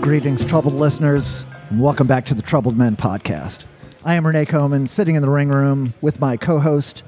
Greetings, troubled listeners, and welcome back to the Troubled Men Podcast. I am Renee Coman, sitting in the ring room with my co host,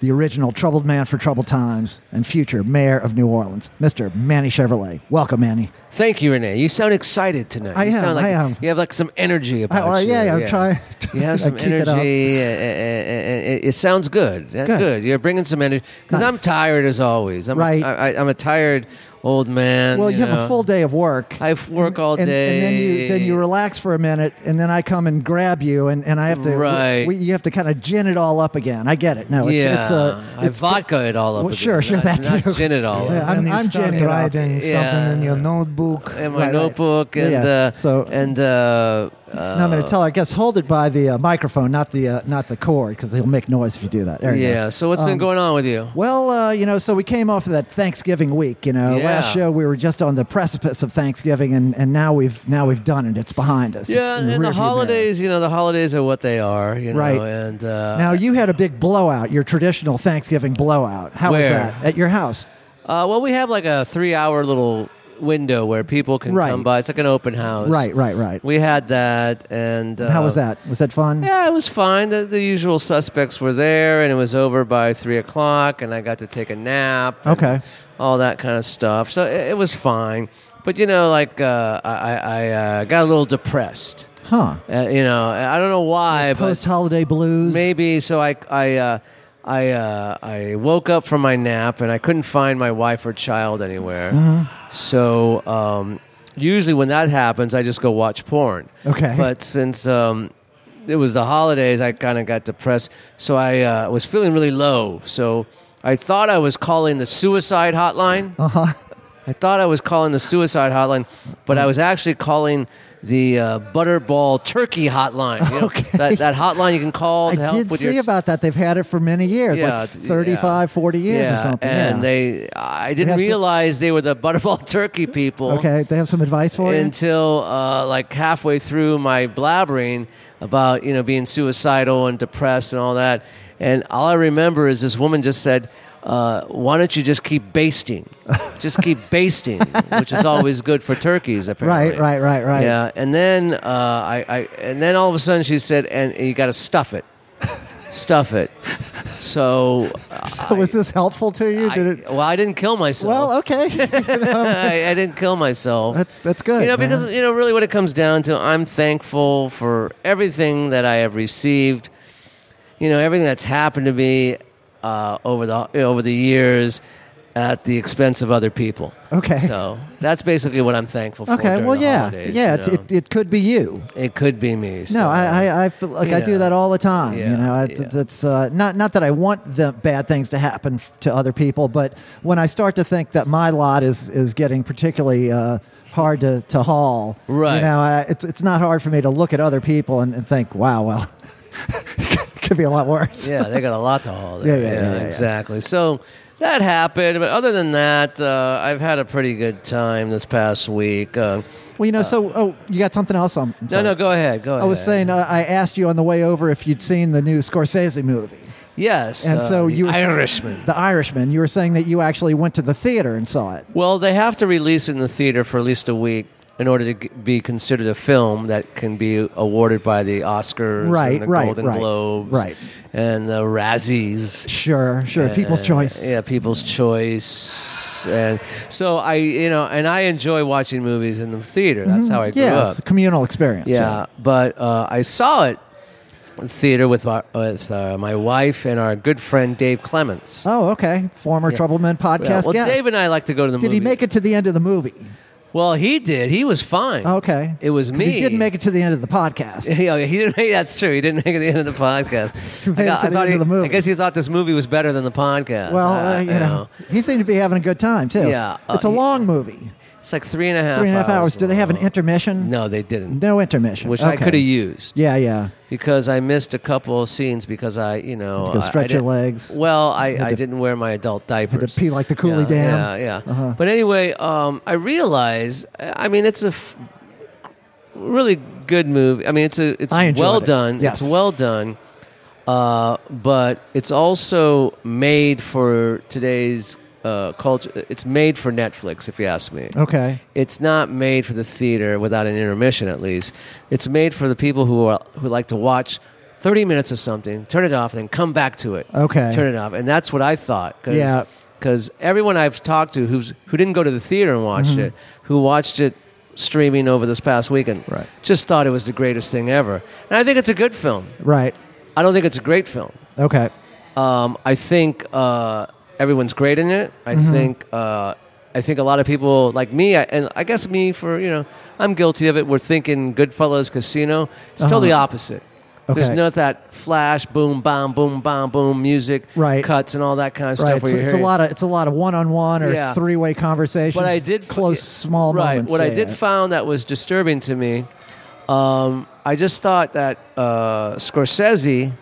the original troubled man for troubled times and future mayor of New Orleans, Mr. Manny Chevrolet. Welcome, Manny. Thank you, Renee. You sound excited tonight. I you am, sound like I am. You have like some energy about well, you. yeah, I'm trying- You I have some keep it up. energy. uh, uh, uh, uh, It, sounds good. Uh, Good. Good. You're bringing some energy because I'm Nice. tired as always. I'm Right. A, I, I'm a tired old man. Well, you, have know. a full day of work. I f- work all and, day. and then you then you relax for a minute, and then I come and grab you, and, and I have to Right. we, you have to kind of gin it all up again. I get it. No, it's yeah. it's a I it's vodka it all up. Well, sure, again, sure, not, that too. Not gin it all. up. Yeah, and I'm- you I'm start jamming it up. writing Yeah. something in your notebook. And my Right, right. notebook and Yeah, uh, so- and uh, uh, No, I'm going to tell our guests hold it by the uh, microphone, not the uh, not the cord, because he'll make noise if you do that. There you go. Um, yeah. So what's been going on with you? Well, uh, you know, so we came off of that Thanksgiving week. You know, Yeah. last show we were just on the precipice of Thanksgiving, and, and now we've now we've done it. It's behind us. It's Yeah, in the and the rearview mirror. holidays, you know, the holidays are what they are, you know, Right. and uh, Now you had a big blowout, your traditional Thanksgiving blowout. How was Where? that at your house? uh, well, we have like a three-hour little window where people can Right. come by. It's like an open house, Right, right, right. We had that, and uh, How was that? Was that fun? Yeah, it was fine. The, the usual suspects were there, and it was over by three o'clock, and I got to take a nap. and Okay. all that kind of stuff. So it, it was fine, but you know, like uh, I, I I, uh, got a little depressed. Huh? Uh, you know, I don't know why, but Post holiday blues. Maybe so. I I uh, I uh, I woke up from my nap and I couldn't find my wife or child anywhere. So um, usually when that happens, I just go watch porn. Okay. But since um, it was the holidays, I kind of got depressed. So I uh, was feeling really low. So I thought I was calling the suicide hotline. Uh Uh-huh. huh. I thought I was calling the suicide hotline, but I was actually calling the uh, Butterball Turkey hotline. You know, Okay. that, that hotline you can call I to help did with see your about that. They've had it for many years, Yeah, like it's- yeah. 35, 40 years yeah, or something. And yeah. they, I didn't have some- realize they were the Butterball Turkey people. Okay, they have some advice for you. Until uh, like halfway through my blabbering about you know being suicidal and depressed and all that, and all I remember is this woman just said, uh, "Why don't you just keep basting? Just keep basting, which is always good for turkeys, Right, apparently." right, right, right. Yeah, and then uh, I, I, and then all of a sudden she said, "And, and you got to stuff it, stuff it." So, So was this helpful to you? I, Did it? well, I didn't kill myself. Well, um, okay. I, I didn't kill myself. that's that's good. you know, man. because you know, really, what it comes down to, I'm thankful for everything that I have received. You know, everything that's happened to me uh, over the over the years, at the expense of other people. Okay. So that's basically what I'm thankful for. okay, during well, the yeah, holidays, yeah, you it's, know. it, it could be you. It could be me. so- No, I, I, I feel like you I do know. that all the time. you Yeah, know, it's, yeah. it's- it's uh, not not that I want the bad things to happen f- to other people, but when I start to think that my lot is is getting particularly uh, hard to, to haul, You Right. know, I, it's it's not hard for me to look at other people and, and think, wow, well, it could be a lot worse. yeah, they got a lot to haul there. Yeah, yeah, yeah, yeah, yeah. exactly. So that happened, but other than that, uh, I've had a pretty good time this past week. Uh, Well, you know, so oh, you got something else? I'm, I'm no, sorry. no, go ahead, go ahead. I was saying uh, I asked you on the way over if you'd seen the new Scorsese movie. yes, And uh, so the you were Irishman. The Irishman. You were saying that you actually went to the theater and saw it. Well, they have to release it in the theater for at least a week in order to g- be considered a film that can be awarded by the Oscars, Right, and the right, Golden right, Globes, right. and the Razzies. Sure, sure. People's Uh, choice. Yeah, people's choice. And so I, you know, and I enjoy watching movies in the theater. That's how I grew Mm-hmm. Yeah, up. it's a communal experience. yeah, but uh, I saw it in theater with my, with uh, my wife and our good friend Dave Clements. Oh, okay. Former Trouble Men podcast well, guest. Dave and I like to go to the did movies. he make it to the end of the movie? Well, he did. He was fine. Okay. It was 'Cause me. He didn't make it to the end of the podcast. Yeah, he didn't make. That's true. He didn't make it to the end of the podcast. He made it to the end thought he, of the movie. I guess he thought this movie was better than the podcast. Well, I- uh, you know, I he seemed to be having a good time too. Yeah, uh, it's a he- long movie, it's like three and a half. three and a half hours. Do they have an long. intermission? No, they didn't. no intermission. Which I Okay. could have used Yeah, yeah. because I missed a couple of scenes because I, you know, You go I- I stretch your didn't- legs. Well, I, I to- didn't wear my adult diapers. Had to pee like the coolie yeah, dam. Yeah, yeah. Uh-huh. But anyway, um, I realize. I mean, it's a f- really good movie. I mean, it's a it's I enjoyed well it. done. Yes. It's well done. Uh, but it's also made for today's uh, culture. It's made for Netflix, if you ask me. Okay. It's not made for the theater without an intermission, at least. It's made for the people who are, who like to watch 30 minutes of something, turn it off, and then come back to it. Okay. Turn it off, and that's what I thought. Cause, Yeah. Because everyone I've talked to who's who didn't go to the theater and watched Mm-hmm. it, who watched it streaming over this past weekend, Right. just thought it was the greatest thing ever. And I think it's a good film. Right. I don't think it's a great film. Okay. Um, I think uh, everyone's great in it. I Mm-hmm. think uh, I think a lot of people like me, I, and I guess me for you know, I'm guilty of it. We're thinking Goodfellas Casino. It's totally opposite. There's Uh-huh. Okay. not that flash, boom, bomb, boom, bomb, boom music, Right. cuts and all that kind of Right. stuff. It's, where you it's a hear- lot of it's a lot of one-on-one or Yeah. three-way conversations. What I did close small right. moments. What I Yeah, did yeah. found that was disturbing to me. Um, I just thought that uh, Scorsese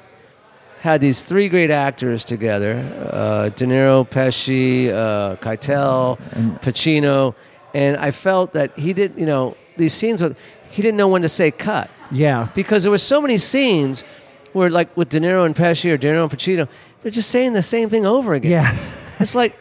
had these three great actors together: uh, De Niro, Pesci, uh, Keitel, Pacino, and I felt that he did. You know, these scenes with he didn't know when to say cut yeah. because there were so many scenes where, like with De Niro and Pesci or De Niro and Pacino, they're just saying the same thing over again. Yeah. It's like,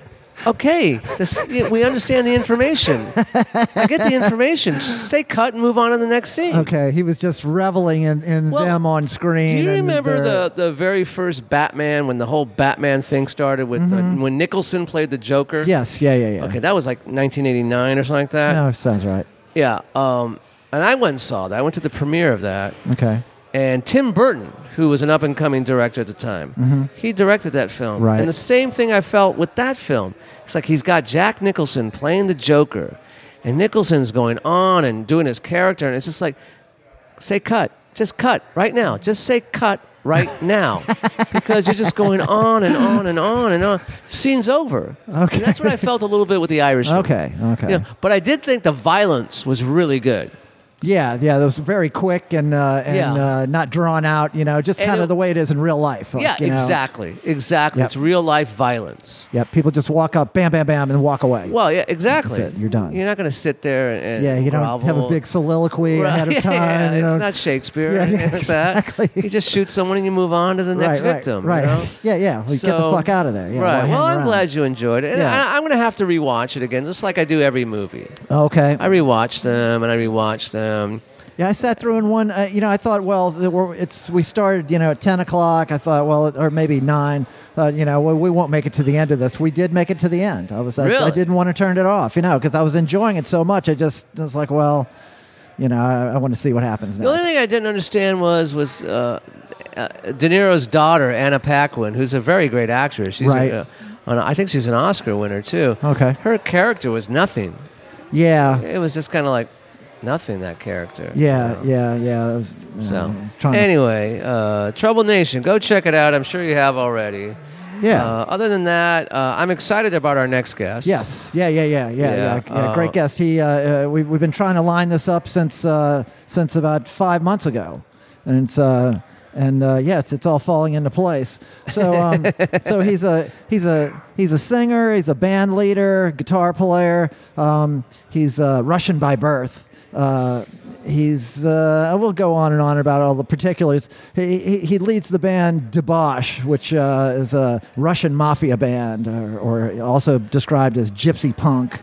okay, this, we understand the information. I get the information. Just say cut and move on to the next scene. Okay. He was just reveling in, in Well, them on screen. Do you and remember their- the, the very first Batman when the whole Batman thing started with the, when Nicholson played the Joker? Yes. Mm-hmm. Yeah. Yeah. Yeah. Okay, that was like 1989 or something like that. No, sounds right. Yeah. Um, and I went and saw that. I went to the premiere of that. Okay. and Tim Burton, who was an up and coming director at the time, he directed that film. Mm-hmm. Right. And the same thing I felt with that film. It's like he's got Jack Nicholson playing the Joker, and Nicholson's going on and doing his character, and it's just like, say cut, just cut right now, just say cut right now, because you're just going on and on and on and on. Scene's over. Okay. And that's what I felt a little bit with the Irish. Okay. Okay. You know, but I did think the violence was really good. Yeah, yeah, that was very quick and uh, and Yeah. uh, not drawn out. You know, just And kind it- of the way it is in real life. like, yeah, you know. exactly, exactly. Yep. It's real life violence. Yeah, people just walk up, bam, bam, bam, and walk away. Well, yeah, exactly. That's it. You're done. You're not going to sit there and, and yeah, you don't grovel. have a big soliloquy Right. ahead of time. Yeah, you know. it's not Shakespeare. Yeah, or yeah, anything like that. exactly. You just shoot someone and you move on to the next right, victim. Right. You know? Yeah, yeah. Like, get the So- fuck out of there. Yeah, why right. hang Well, I'm around? glad you enjoyed it. And Yeah. I, I'm going to have to rewatch it again, just like I do every movie. Okay. I rewatch them and I rewatch them. Yeah, I sat through in one. Uh, you know, I thought, well, th- we're, it's we started, you know, at ten o'clock. I thought, well, or maybe nine. Uh, you know, well, we won't make it to the end of this. We did make it to the end. I was, I, I Really? didn't want to turn it off, you know, because I was enjoying it so much. I just I was like, well, you know, I, I want to see what happens The only next. thing I didn't understand was was uh, uh, De Niro's daughter Anna Paquin, who's a very great actress. She's Right. A, uh, on- I think she's an Oscar winner too. Okay. Her character was nothing. Yeah, It was just kind of like nothing that character. yeah, you know? yeah, yeah. I was, uh, I was So trying anyway, uh, Trouble Nation, go check it out. I'm sure you have already. to, yeah. Uh, other than that, uh, I'm excited about our next guest. Yes. Yeah. Yeah. Yeah. Yeah. Yeah. Yeah, yeah. Oh. uh, Great guest. He. Uh, uh, we, we've been trying to line this up since uh, since about five months ago, and it's. Uh, and uh, yeah, it's, it's all falling into place. So, um, so he's a he's a he's a singer. He's a band leader, guitar player. Um, he's uh, Russian by birth. Uh, he's uh, I will go on and on about all the particulars. He, he, he leads the band Debosh, which uh, is a Russian mafia band, or, or also described as gypsy punk.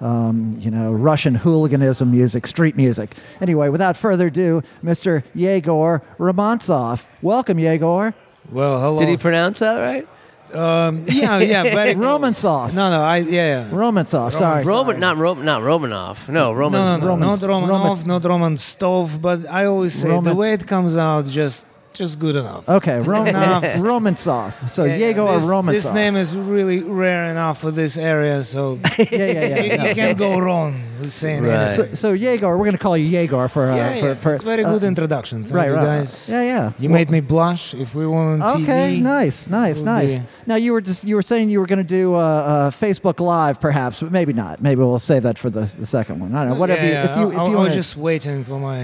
Um, you know, Russian hooliganism music, street music. Anyway, without further ado, Mr. Yegor Romantsov. Welcome, Yegor. Well, hello. Did he pronounce that right? um, yeah, yeah, very close. Romantsov. No, no, I yeah. yeah. Romantsov, sorry. Roman, not Roman, not Romanov. No, no, Roman. no, no, Romans- not Romanov, Roman- not Roman stove, but I always say Roman- Uh, the way it comes out, just just good enough. Okay, Rom- Enough. Romantsov. So Yeah, yeah, Yegor this, Romantsov. This name is really rare enough for this area, so you, Yeah, yeah, yeah. yeah. you can't go wrong with saying Right. anything. So, so Yegor, we're going to call you Yegor for uh, yeah, for, yeah. for it's very uh, good introduction. Thank right, you right. guys. Yeah, yeah. You made me blush. If we want on Okay, TV, nice, nice, It would nice. be- Now you were just you were saying you were going to do uh, uh, Facebook Live, perhaps, but maybe not. Maybe we'll save that for the, the second one. I don't know. Whatever. Uh, Yeah, yeah. you, if you I, if you I want was just waiting for my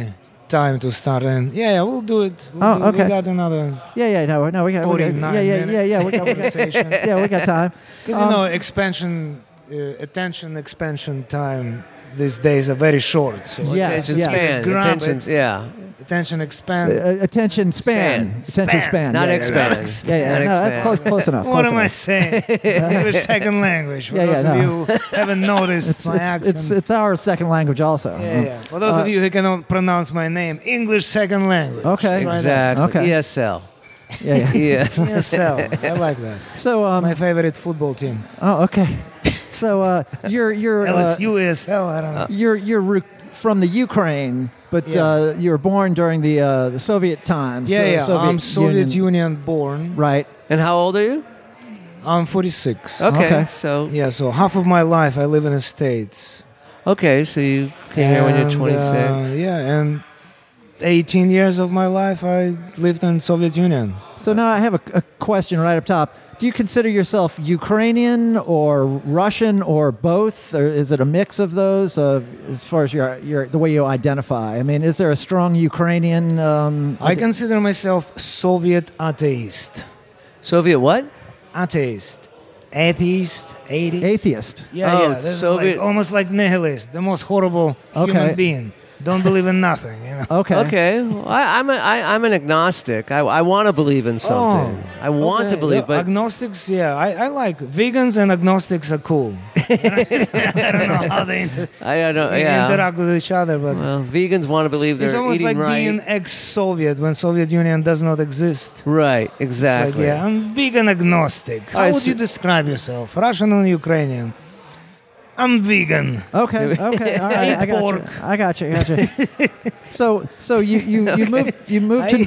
time to start in. Yeah, yeah, we'll do it. We'll Oh, do, okay. We got another yeah yeah no no we got, we got 49 yeah yeah yeah yeah we got, we got conversation. Because, yeah we got time. you Um, know, expansion, uh, attention expansion time these days are very short. So Yes, Attention yes. spans, Grab attention- it. yeah. Attention expand. Uh, attention span. Span. Attention span. Not yeah, expand. Yeah, yeah, yeah. Not no, expand. that's close, close enough. what close am I enough. saying? English second language. For Yeah, yeah, those no. of you who haven't noticed It's, my it's, accent. it's, Uh, it's our second language also. yeah, yeah. For those of you who cannot pronounce my name, English second language. Okay. Try that. Exactly. E Okay. ESL. yeah, yeah. Yeah. ESL. I like that. So, um, My favorite football team. oh, okay. So, uh, you're you're uh, LSU, ESL, I uh, don't know. you're you're ru- from the Ukraine, but Yeah. uh, you were born during the, uh, the Soviet times. yeah, so- yeah. I'm Soviet Union born. Right. and how old are you? I'm 46. Okay. Okay. So Yeah, so half of my life I live in the States. okay, so you came here when you're And, 26. uh, yeah, and 18 years of my life I lived in Soviet Union. So now I have a, a question right up top. Do you consider yourself Ukrainian or Russian or both, or is it a mix of those? Uh, as far as your your the way you identify, I mean, is there a strong Ukrainian? Um, I consider myself Soviet atheist. Soviet what? Atheist. Atheist. Atheist. atheist. Yeah, Oh, yeah. this is Soviet- like, almost like nihilist, the most horrible Okay. human being. Don't believe in nothing. You know? Okay. Okay, well, I, I'm a, I, I'm an agnostic. I, I want to believe in something. Oh, I want to Okay, believe, yeah, but agnostics. Yeah, I, I like vegans and agnostics are cool. I don't know how they inter- I, I don't. they Yeah. interact with each other, but Well, vegans want to believe they're it's almost eating like right. being ex-Soviet when Soviet Union does not exist. right. It's Exactly. Like, yeah, I'm vegan agnostic. How I would see. you describe yourself? Russian and Ukrainian. I'm vegan. Okay. Okay. All right. I got you. pork. I got you. I got you. so so you you you moved you moved to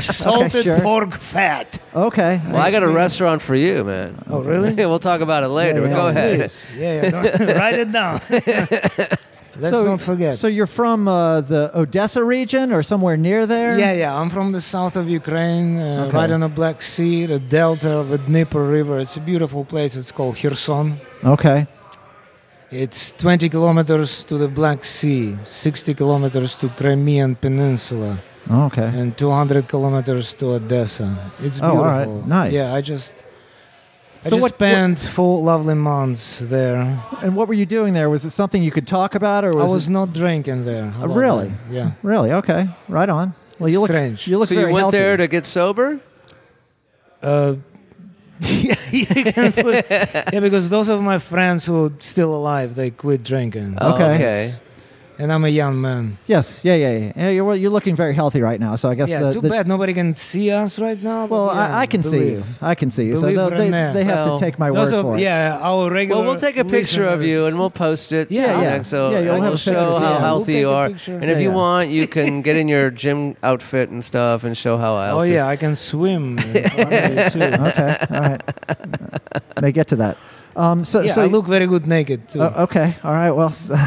Salted sure. pork fat. okay. Well, I got a restaurant for you, man. Oh, really? we'll talk about it later. Yeah, but Go yeah, ahead. Please. Yeah, yeah. don't- write it down. Let's so, not forget. So you're from uh, the Odessa region or somewhere near there? yeah, yeah. I'm from the south of Ukraine, uh, Okay. right on the Black Sea, the delta of the Dnieper River. It's a beautiful place. It's called Kherson. Okay. It's 20 kilometers to the Black Sea, 60 kilometers to Crimean Peninsula, Okay. and 200 kilometers to Odessa. It's Oh, all beautiful. right. Nice. Yeah, I just. I So just what- what- spent four lovely months there. And what were you doing there? Was it something you could talk about, or was, I was it, not drinking there. How Oh, about really? that? Yeah. really okay? Right on. Well, It's you look strange. You look So you very went healthy. there to get sober? Uh, yeah, you can put- yeah, because those of my friends who are still alive, they quit drinking. Oh, Okay. okay. And I'm a young man. yes, yeah, yeah, yeah. yeah you're, you're looking very healthy right now. So I guess yeah, the, too the- bad nobody can see us right now. but Well, yeah, I, I can see you. believe. I can see you. Believe so it or they, not. they have Well, to take my Those word of for it. yeah, our regular. Well, we'll take a picture of you and we'll post it. Yeah, on yeah. Next, so Yeah, you'll and have we'll a picture. show how Yeah, healthy you we'll take a are. picture. And if Yeah, you yeah. want, you can get in your gym outfit and stuff and show how Oh healthy. yeah, I can swim. in front of you, too. okay, all right. May get to that. Um, so Yeah, so I look very good naked too. Uh, okay, all right. Well, s-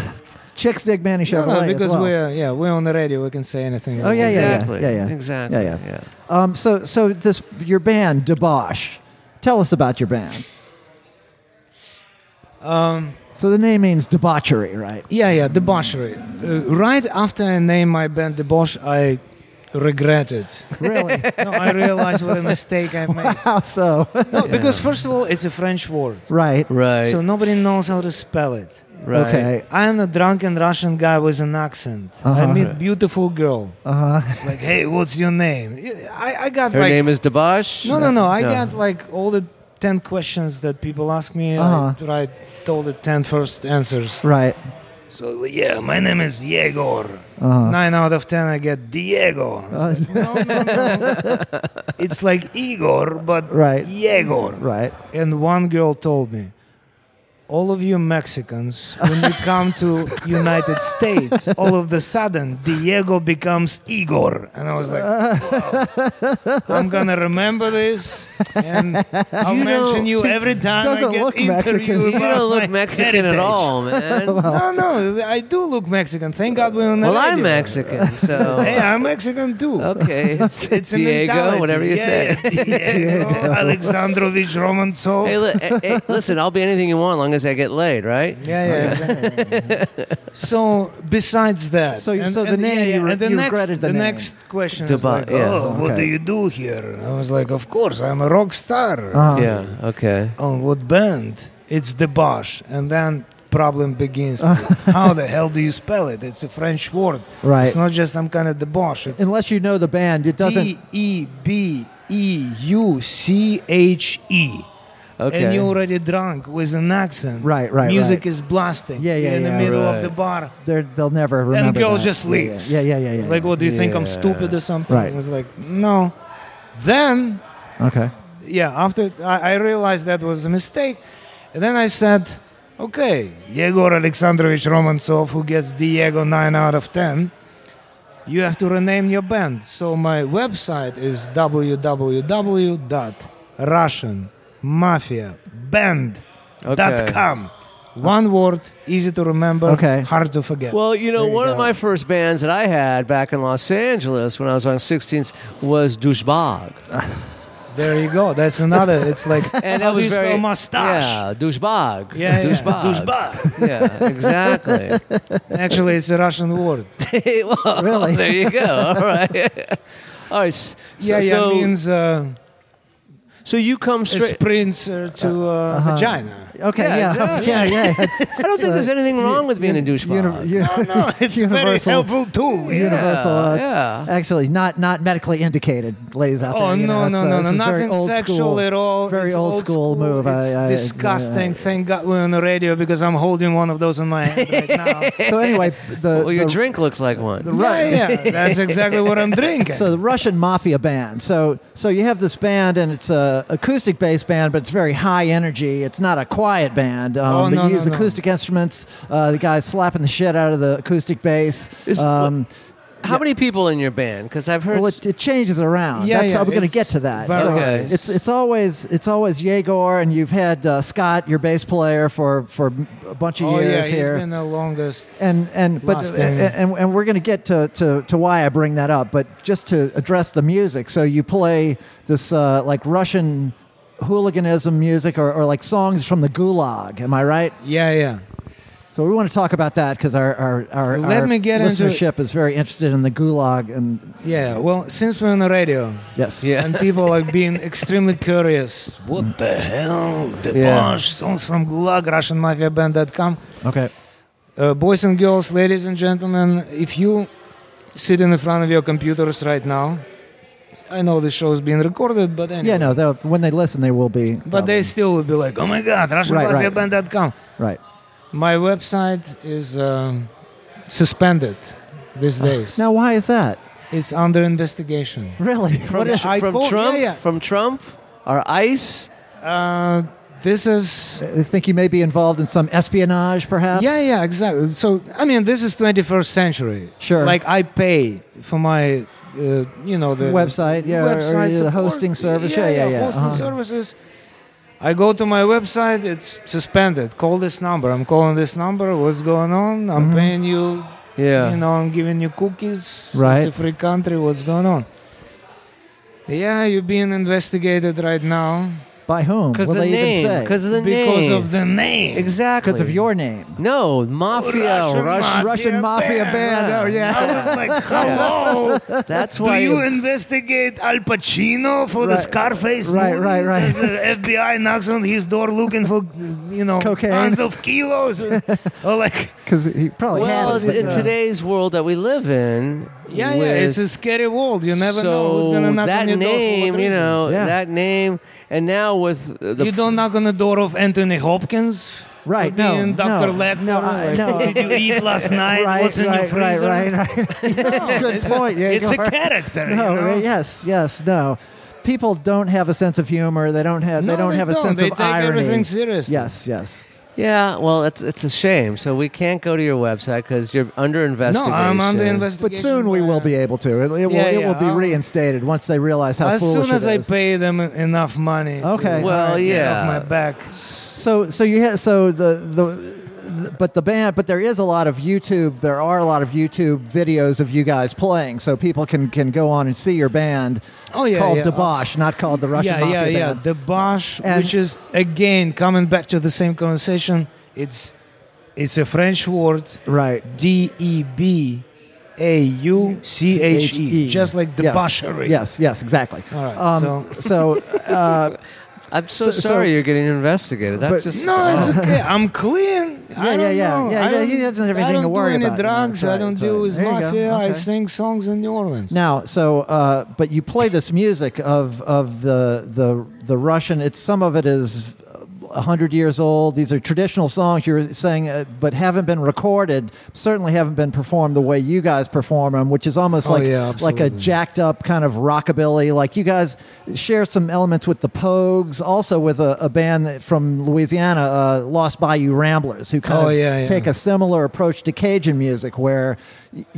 chicks dig Manny no, Chevrolet no, as because well. we're yeah we're on the radio. We can say anything. Oh, yeah, yeah. Exactly. yeah. Exactly. Yeah, yeah. Um, so so this your band Debosh. Tell us about your band. Um, So the name means debauchery, right? Yeah, yeah, debauchery. Uh, right after I named my band Debauch, I regret it. Really? No, I realized what a mistake I made. How so? No, because first of all, it's a French word, right. Right. so nobody knows how to spell it. right. Okay. I am a drunken Russian guy with an accent. I Uh-huh. meet beautiful girl. Uh huh. It's like, hey, what's your name? I, I got Her like name is Debash. no, no, no. I No. got like all the ten questions that people ask me. I Uh-huh. write all the ten first answers. Right. So yeah, my name is Yegor. Uh-huh. Uh, Nine out of ten, I get Diego. It's like, no, no, no. it's like Igor, but Right. Yegor. Right. And one girl told me, all of you Mexicans, when you come to United States, all of the sudden Diego becomes Igor. And I was like, wow, I'm gonna remember this, and I'll You know- mention you every time I Doesn't get look interviewed Mexican. You You about don't my look Mexican at heritage. all, man. well, No, no, I do look Mexican. Thank God we're on the I'm radio. Mexican, so Hey, I'm Mexican too. okay. It's, It's a Oh, Diego, mentality. whatever you Yeah, say. yeah, Diego, Alexandrovich Romantsov. Hey, li- hey, hey, listen, I'll be anything you want, as long as I get laid, right? yeah, yeah. exactly. so besides that, So- so the name, you re- and the you next, regretted the name. next question is Deba- like, yeah. oh, what Okay. do you do here? I was like, of course, I'm a rock star. "Oh, Uh-huh. Yeah. Okay. On what band? It's the Bosch. And then problem begins. with. How the hell do you spell it? It's a French word. Right. It's not just some kind of debauch. It's Unless you know the band, it doesn't. T E B E U C H E. Okay. And you're already drunk with an accent. Right, right, Music right. is blasting. Yeah, yeah, You're in yeah. the middle Right. of the bar. They're, they'll never remember. and girl that. just Yeah, leaves. Yeah, yeah, yeah. yeah, It's like, what do you think? I'm Yeah. stupid or something? Right. It was like, no. Then yeah. Okay. yeah, after I, I realized that was a mistake, and then I said, okay, Yegor Alexandrovich Romantsov, who gets Diego 9 out of 10, you have to rename your band. So my website is www.russianmafiaband.com. One word, easy to remember, Okay. hard to forget. Well, you know, There you one of go. my first bands that I had back in Los Angeles when I was on 16th was Douchebag. there you go. That's another. It's like And that how do was you very spell mustache. Yeah, douchebag. Yeah, yeah. douchebag. Yeah, exactly. Actually, it's a Russian word. well, Really? There you go. All right. All right. s- So, Yeah, yeah, so, means uh, so you come a straight. sprinter to uh, vagina. Okay. Yeah, Yeah. exactly. Yeah. Yeah. It's I don't think there's anything wrong with being a uni- douchebag. uni- No, it's very Universal. helpful tool. Yeah, universal. uh, it's yeah. Actually, not not medically indicated, ladies out there. Uh-huh. Oh you no, know, it's, no, uh, no, this no! is very Nothing old sexual school. at all. Very It's old school move. I- It's I- disgusting. yeah. Thank God we're on the radio because I'm holding one of those in my hand right now. So anyway, the, Well, your Uh, the- drink looks like one. Right. Yeah, yeah, that's exactly what I'm drinking. so the Russian mafia band. So so you have this band and it's a acoustic based band, but it's very high energy. It's not a quiet band. Um, Oh, but no, you no, use no. acoustic instruments. Uh, the guy's slapping the shit out of the acoustic bass. Is- um, How many people in your band? Because I've heard. well, s- it, it changes around. Yeah, That's yeah, how we're going to it's get to that. very- So Okay. it's it's always it's always Yegor, and you've had uh, Scott, your bass player, for for a bunch of oh yeah, years he's here. been the longest. and and but Last and, thing. and, and we're going to get to, to to why I bring that up, but just to address the music. So you play this uh, like Russian hooliganism music or, or like songs from the Gulag. Am I right? Yeah, yeah. So we want to talk about that because our our, our, Let our me get into- listenership is very interested in the Gulag and Yeah, well, since we're on the radio, yes Yeah. and people are being extremely curious. What the hell? The Yeah. songs from Gulag, RussianMafiaBand.com. okay Uh, boys and girls, ladies and gentlemen, if you sit in front of your computers right now, I know the show is being recorded, but anyway, yeah no they'll- when they listen they will be but they still will be like, oh my god, RussianMafiaBand.com. right My website is um, suspended these Uh, days. now why is that It's under investigation. really from, What is- Tr- I from call- Trump? yeah, yeah. From Trump? Or ICE? Uh, this is they think you may be involved in some espionage perhaps Yeah, yeah, exactly. So I mean, this is 21st century. Sure. Like I pay for my, uh, you know, the Website, yeah, or- or website the support. hosting service. Yeah, yeah, yeah. hosting Uh-huh. services. I go to my website. It's suspended. Call this number. I'm calling this number. What's going on? I'm Mm-hmm. paying you. Yeah. You know, I'm giving you cookies. Right. It's a free country. What's going on? Yeah, you're being investigated right now by whom Because Will the they even name. say? Because of the because name. of the name. Exactly. because of your name No, mafia, Russian Russian. Russian mafia band. Oh yeah. I was like, hello. That's Do why. you investigate Al Pacino for the Right. Scarface Right, movie? right, right. Does The FBI knocks on his door looking for, you know, Cocaine. tons of kilos. or like, Because he probably well, had it. in but, uh, today's world that we live in, yeah, yeah, it's a scary world. You never know who's so gonna knock that on your door. name, For what you know, Yeah. that name, and now with uh, the you don't knock on the door of Anthony Hopkins. Right, For no, being Dr. no, Lecter. no, I- like, no, what did you eat last night? Right, What's in your right, right, freezer? right, right. Good point. Yeah, It's you a are. character. No, you know? right, yes, yes, no. People don't have a sense of humor. They don't have. they No, don't they have a don't. sense They of take irony. everything seriously. Yes, yes. yeah. Well, it's it's a shame. So we can't go to your website because you're under No, investigation. I'm on the investigation. But soon we will uh, be able to. It, it will. Yeah, it will yeah, be I'll- reinstated once they realize how as foolish soon as it I is. pay them en- enough money. to Okay. Well, get yeah. off my back. So so you had so the the but the band but there is a lot of YouTube there are a lot of YouTube videos of you guys playing so people can can go on and see your band Oh, yeah, called yeah. Debosh not called the Russian yeah, Mafia yeah, yeah. band The Bosch, And- which is again coming back to the same conversation. It's it's a French word, right D E B A U C H E, just like Yes. debauchery. yes yes exactly All right, um, so, uh, I'm so, So- so- sorry you're getting investigated. That's but- just No, it's okay. I'm clean. Uh-huh. Yeah, I yeah, don't yeah. know. Yeah, I he- don't- he doesn't have anything I to don't worry do any about, you know, drugs. that's I right, don't that's deal right. with There you go, mafia. I okay. sing songs in New Orleans. Now, so uh, but you play this music of of the the the Russian. It's some of it is a hundred years old. These are traditional songs you're saying, uh, but haven't been recorded. Certainly haven't been performed the way you guys perform them, which is almost Oh, like yeah, like a absolutely. jacked up kind of rockabilly. Like you guys share some elements with the Pogues, also with a, a band that- from Louisiana, uh, Lost Bayou Ramblers, who kind Oh, of yeah, yeah. take a similar approach to Cajun music, where y-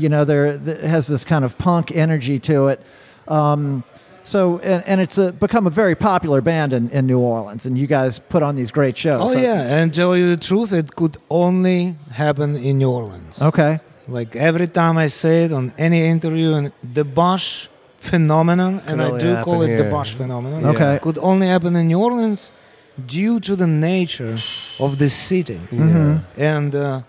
you know there th- it has this kind of punk energy to it. Um, so and, and it's a, become a very popular band in, in New Orleans, and you guys put on these great shows. Oh So- yeah, and tell you the truth, it could only happen in New Orleans. Okay. Like every time I say it on any interview, and the Bosch phenomenon, and I only do call happen it the here. Bosch phenomenon. Yeah. Okay. could only happen in New Orleans due to the nature of the city and uh,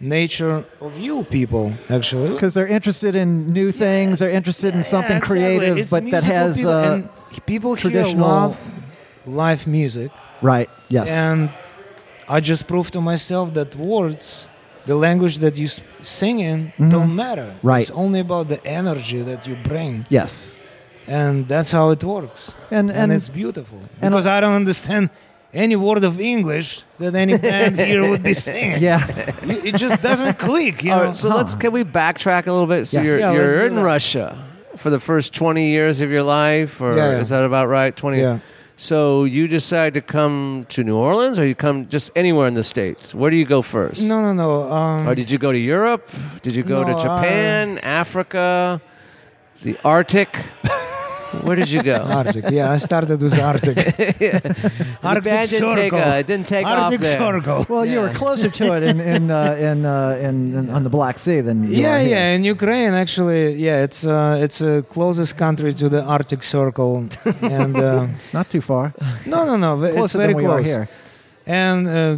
nature of you people, actually. Because they're interested in new things, they're interested in something Yeah, exactly. creative, It's but that musical has people, uh, and people traditional- here love live music. right. Yes. And I just proved to myself that words, the language that you s- sing in, don't matter. Right. It's only about the energy that you bring, yes. and that's how it works. And And, and, it's beautiful and- because I don't understand any word of English that any band here would be singing. yeah. It, it just doesn't click. You All know. right, so let's can we backtrack a little bit? So Yes. you're Yeah, let's you're do in that. Russia for the first twenty years of your life, or Yeah, yeah. is that about right? Twenty. Yeah. So you decide to come to New Orleans, or you come just anywhere in the states? Where do you go first? no, no, no. Um, Or did you go to Europe? Did you go No, uh, to Japan, Africa, the Arctic? Where did you go? Arctic. Yeah, I started with Arctic. The band didn't take, Circle. uh, it didn't take off Arctic there. Circle. Well, you were closer to it in in uh, in, uh, in, in on the Black Sea than you yeah are here. yeah in ukraine actually yeah it's uh it's the closest country to the arctic circle and uh, Not too far. no no no it's Closer very than we close are here. and uh,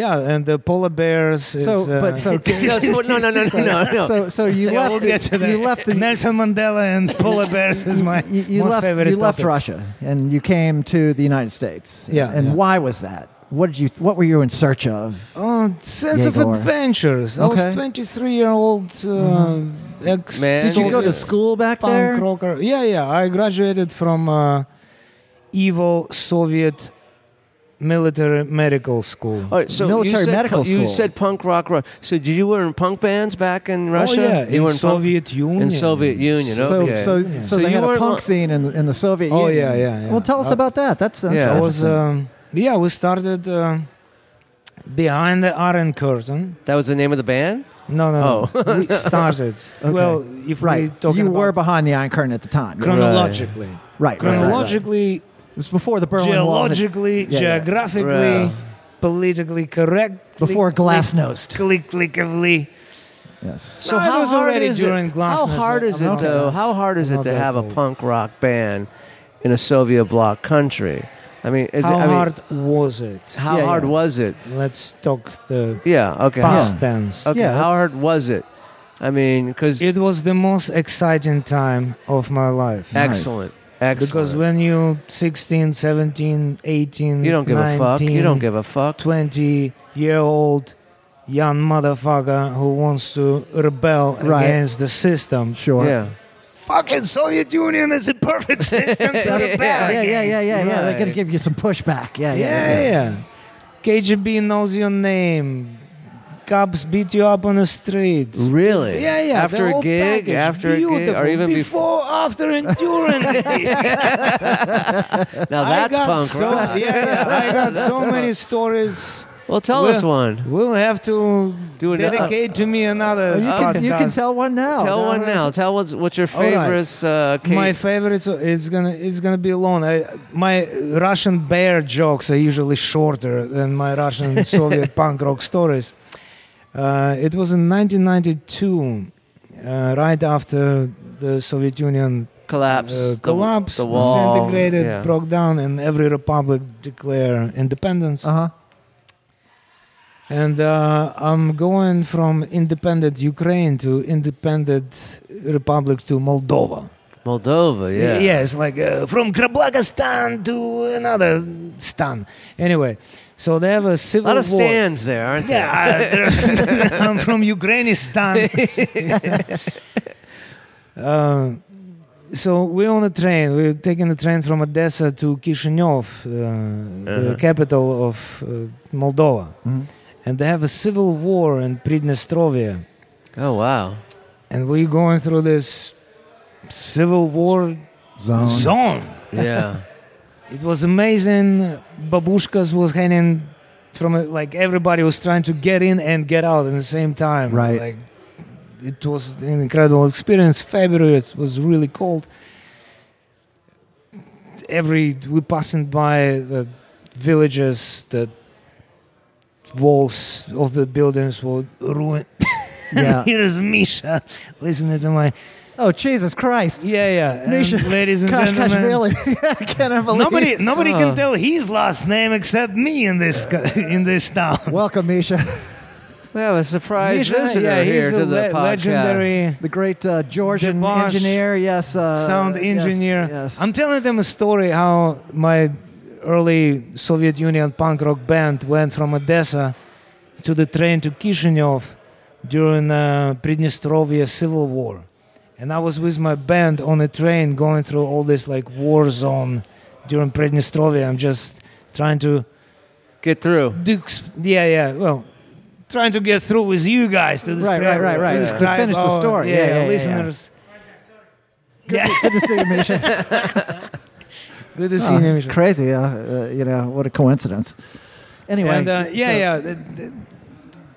yeah and the polar bears So, is, uh, but so. No, so- no, no, no, no, no, no. So, so you yeah, left. we'll the- get to that. you left the Nelson Mandela and polar bears is my you, you most left, favorite you left topics. Russia and you came to the United States. Yeah, And yeah. why was that? What did you? What were you in search of? Oh, sense Yegor. of adventures. I Okay. Mm-hmm. was 23 year old uh, ex. Man. Did you go to soldier. school back punk there? rocker. Yeah, yeah. I graduated from uh, evil Soviet military medical school. All right, so Military you said, medical You school. said punk rock, rock. So did you were in punk bands back in Russia? Oh, yeah, you in were in punk- Soviet Union. in Soviet Union. So, okay. so, so, So they you had a weren't punk lo- scene in, in the Soviet Oh, Union. yeah, yeah, yeah. Well, tell us Uh, about that. uh, That's Yeah. I yeah. was, um, yeah, we started uh, behind the Iron Curtain. that was the name of the band. No, no, no. we started. Well, if we right. talk You were about behind the Iron Curtain at the time. Right. chronologically, right. right, right, right. chronologically, It was before the Berlin Wall. had- geologically, yeah. geographically, Right. politically correct. Before Glasnost. Click, clickably. Yes. So No, it how was hard already is during it? Glasnost. How hard is I'm it not though? that- How hard is I'm it not to that have a old. punk rock band in a Soviet bloc country? I mean, is How it, I mean, hard was it? How Yeah, hard yeah. was it? Let's talk the Yeah. Okay. past Yeah. tense. Okay. Yeah, how that's- hard was it? I mean, because It was the most exciting time of my life. Nice. excellent, excellent. Because when you 16, 17, 18, you don't give a fuck. You 19, don't give a fuck. 20 year old young motherfucker who wants to rebel Right. against the system. Sure. Yeah. Fucking Soviet Union is a perfect system to Yeah, rebel. yeah, Yeah, yeah, yeah, against. yeah, yeah. They're gonna Right. give you some pushback. Yeah, yeah, Yeah, yeah. KGB knows your name. Cops beat you up on the streets. Really? Yeah, yeah. After the a whole gig, package. after a gig, Beautiful. or even before. before, after, and during. Now I that's got punk so, rock. Yeah, yeah, I got so many stories. Well, tell Well- us one. We'll have to Do it- dedicate to me another. uh, Oh, You can, you can podcast. tell one now. tell No, one no. now. Tell what's what's your All right. favorite. Uh, Kate- My favorite is gonna is gonna be long. I, my Russian bear jokes are usually shorter than my Russian Soviet punk rock stories. Uh, it was in 1992, uh, right after the Soviet Union collapse, uh, the- collapsed, the wall, disintegrated, yeah. broke down, and every republic declared independence. Uh-huh. And uh, I'm going from independent Ukraine to independent Republic to Moldova. Moldova. Yeah. yeah it's like uh, from Krablagastan to another stan. Anyway, So they have a A civil lot of war. stands there, aren't there? Yeah, I- I'm from Ukrainistan. uh, so we're on a train. We're taking the train from Odessa to Chisinau, uh, Uh-huh. the capital of uh, Moldova, Mhm. and they have a civil war in Pridnestrovia, Oh wow. and we're going through this civil war Zone. zone. Yeah. It was amazing. Babushkas was hanging from it, like everybody was trying to get in and get out at the same time. Right. Like it was an incredible experience. February it was really cold. Every we passing by the villages, the walls of the buildings were ruined. Yeah. Here's Misha listening to my Oh Jesus Christ! yeah yeah. And Misha ladies and Gosh, gosh, gentlemen, really? I can't believe. Nobody, nobody Oh. can tell his last name except me in this co- in this town. Welcome, Misha, We have a surprise Misha, visitor yeah, here he's a to the le- podcast. legendary the great uh, Georgian Bosch engineer. Yes, uh, sound yes, engineer. Yes. I'm telling them a story how my early Soviet Union punk rock band went from Odessa to the train to Chisinau during uh, Pridnestrovia civil war, and I was with my band on a train going through all this like war zone during Pridnestrovia. I'm just trying to Get through. Duke's, yeah, yeah. Well, trying to get through with you guys Right, to describe, right, right, to right. describe To finish the our- story. Yeah, Yeah, yeah, yeah, listeners. Yeah, Good to see you, Misha. good to see Oh, you. it's Misha. crazy. Uh, uh, you know what a coincidence. Anyway. And uh, yeah, so- yeah. The, the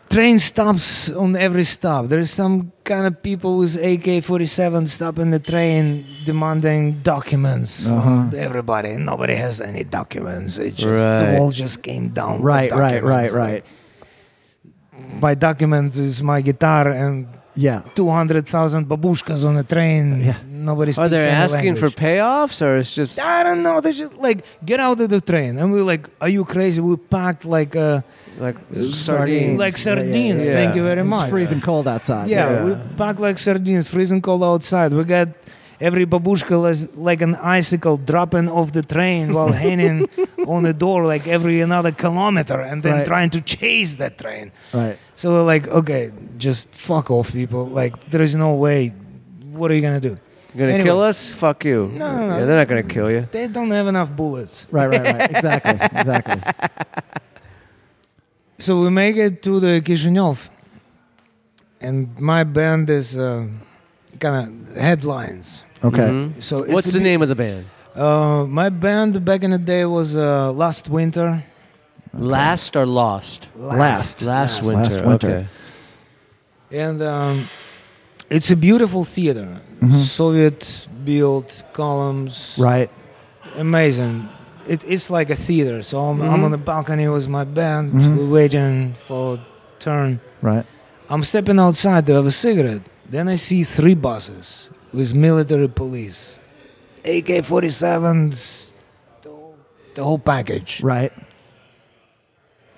train stops on every stop. There is some kind of people with AK-47 stopping the train, demanding documents from Uh-huh. everybody. Nobody has any documents. It just Right. the wall just came down. with Right, right, right, documents. right. Like, my document is my guitar and Yeah. 200,000 babushkas on a train. Yeah. Nobody speaks Are they any asking language. for payoffs or it's just I don't know. They just like get out of the train, and we're like, "Are you crazy? We packed like uh, like Sardines. sardines? like Yeah, yeah, sardines. yeah. Thank you very It's much. freezing cold outside. Yeah, Yeah. we packed like sardines, freezing cold outside. We got every babushka was like an icicle dropping off the train while hanging on the door, like every another kilometer, and then Right. trying to chase that train. Right. So we're like, "Okay, just fuck off, people. Like, there is no way. What are you gonna do?" you gonna Anyway. kill us? Fuck you. No, no, no. Yeah, they're not gonna kill you. They don't have enough bullets. Right. Right. Right. exactly. Exactly. So we make it to the Kishinev, and my band is uh, kind of headlines. Okay. Mhm. So it's What's a the name of the band? bit- Uh, my band back in the day was uh, Last Winter. Last or lost? Last. Last, winter. Last Winter. Okay. and um, it's a beautiful theater, Mhm. Soviet built columns, Right. Mm-hmm. amazing. It, it's like a theater. So I'm, I'm Mhm. on the balcony with my band. Mhm. We're waiting for turn. Right. I'm stepping outside to have a cigarette. Then I see three buses with military police, AK 47s, the whole- the whole package. Right.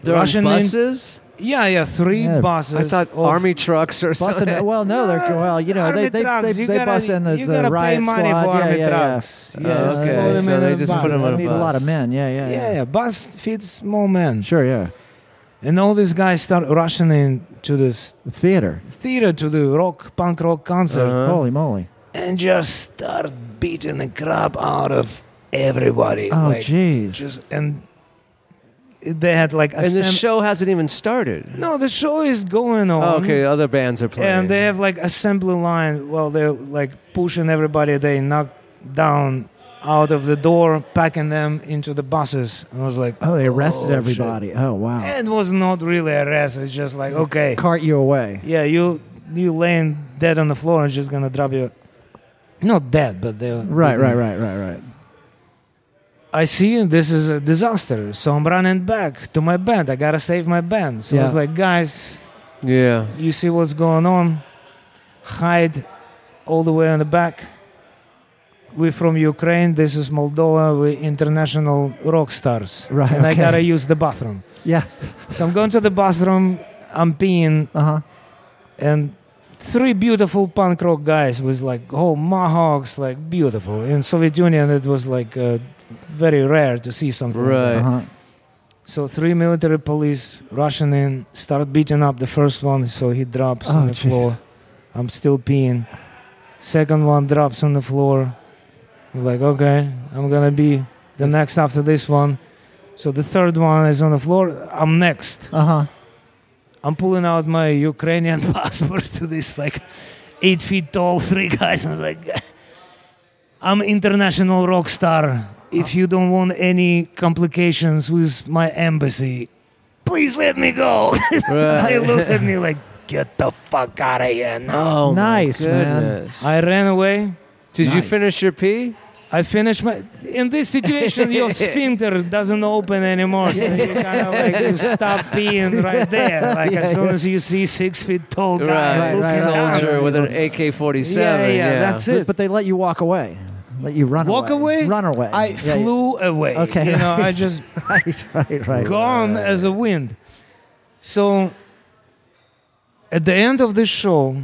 They're Russian on name- buses. Yeah, yeah, three Yeah, I buses. I thought oh, of- Ah, army trucks or Busting something. it. Well, no, they're well. You know, they Army they trucks, they, you they gotta- bust in the, you the gotta riot pay money squad. for yeah, army yeah, trucks. yeah. Yeah, Oh, just okay, load them so in they a just bus. put them Just on a need a lot of bus. men. Yeah, yeah, Yeah, yeah. yeah, bus fits small men. Sure, yeah. And all these guys start rushing in to this The theater. theater, to the rock, punk rock concert, Uh-huh. Holy moly. and just start beating the crap out of everybody. Oh, like, jeez. just and they had like And the assemb- show hasn't even started. no the show is going on Oh, okay, other bands are playing. and they have like assembly line well they're like pushing everybody they knock down out of the door packing them into the buses and i was like Oh, they arrested Oh, shit. everybody. Oh, wow. it was not really arrest it's just like okay Cart you away. yeah you you laying dead on the floor and just gonna drop you not dead but they Right, right, right, right, right. I see this is a disaster. So I'm running back to my band. I gotta save my band. So I was Yeah. like, guys, yeah. you see what's going on? Hide all the way on the back. We're from Ukraine. This is Moldova. We're international rock stars. Right, And I okay. gotta use the bathroom. Yeah. So I'm going to the bathroom. I'm peeing, Uh huh. and three beautiful punk rock guys with like whole mohawks, like beautiful. In Soviet Union, it was like uh, very rare to see something. like that. Right. Uh huh. So three military police rushing in, start beating up the first one, so he drops Oh, on the jeez. floor. I'm still peeing. Second one drops on the floor. I'm like, okay, I'm gonna be the next after this one. So the third one is on the floor. I'm next. Uh huh. I'm pulling out my Ukrainian passport to this like eight feet tall three guys. I was like, I'm international rock star. If you don't want any complications with my embassy, please let me go. they looked at me like, get the fuck out of here now. Oh, my Nice, man. goodness. I ran away. Did you Nice. finish your pee? I finished my. In this situation, your sphincter doesn't open anymore, so you kind of like you stop peeing right there. Like as soon as you see six feet tall guy Right, right, looking right, down, soldier right. with an AK yeah, 47. yeah, that's But, it. but they let you walk away. Let you run Walk away. away? Run away. I Yeah, yeah. flew away. Okay. you know, I just Right, right, right. gone as a wind. So at the end of the show,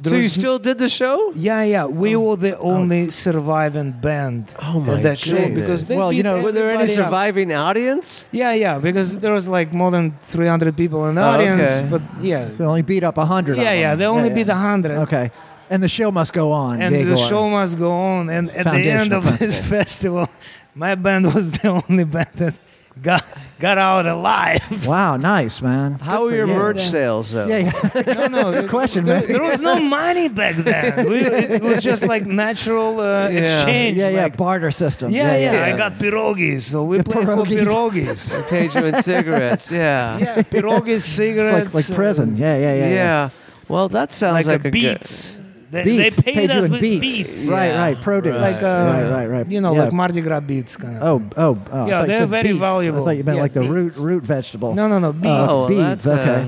there So you was- still did the show? yeah, yeah, we were the only surviving band Oh my at that show goodness. because they Well, you beat know- Were there any everybody up. surviving audience? Yeah, yeah, because there was like more than 300 people in the Oh, audience, okay. but yeah. So they only beat up 100 Yeah, yeah, they only beat 100. Okay. And the show must go on. And Diego. the show must go on. And at the end Foundational of this festival, my band was the only band that got, got out alive. Wow, nice, man. How Good were for your you. merch sales though? Yeah, yeah. No, no, Good question, there, man. there was no money back then. We, it was just like natural uh, Yeah. exchange. Yeah, yeah. like- barter system. yeah, yeah, yeah. I got pierogies, so we Yeah, play for pierogies. They paid you in cigarettes. Yeah. yeah, pierogies, It's cigarettes, like, like prison. Yeah, yeah, yeah. Well, that uh, sounds like, like, a a beats. They, Beats. they paid, you us in with beats. beats. Right, Yeah. right. Produce. Right. Like, uh, right, right, right. You know, Yeah. like Mardi Gras beats kind of. Oh, oh, oh. I Yeah, thought you they're said very beets. I valuable. thought you meant Yeah, like the root beets. root vegetable. No, no, no, beats. Oh, Oh, well, beads, that's, uh, okay.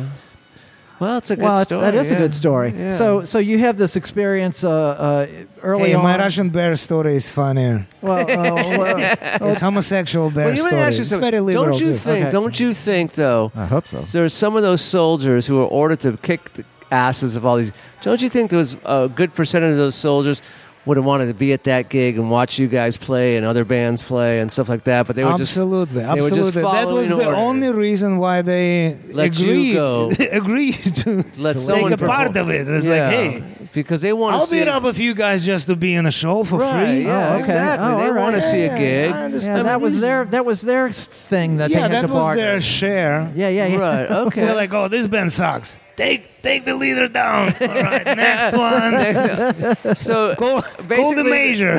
Well, it's a good well, that's- story. that is a yeah. good story. Yeah. So, so you have this experience uh, uh, early Hey, on. my Russian bear story is funnier. well, uh, well, It's homosexual bear Well, you might story. ask It's yourself, very liberal. don't you too. think? Okay. Don't you think though? I hope so. There's some of those soldiers who were ordered to kick the asses of all these. Don't you think there was a good percentage of those soldiers would have wanted to be at that gig and watch you guys play and other bands play and stuff like that? But they were just absolutely, were just absolutely. that was the following order. only reason why they Let you agreed. go. agreed to let someone take a part perform. of it. It's yeah, like, hey, because they want I'll to see beat up a few guys just to be in a show for right, free. Yeah, Oh, okay. exactly. Oh, they all right. want to see a Yeah, gig. I yeah, understand. that was These- their that was their thing that they Yeah, had that to was barter. their share. yeah, yeah, yeah. Right. Okay. We're like, oh, this band sucks. Take take the leader down. All right, next one. so Call, call the basically- major.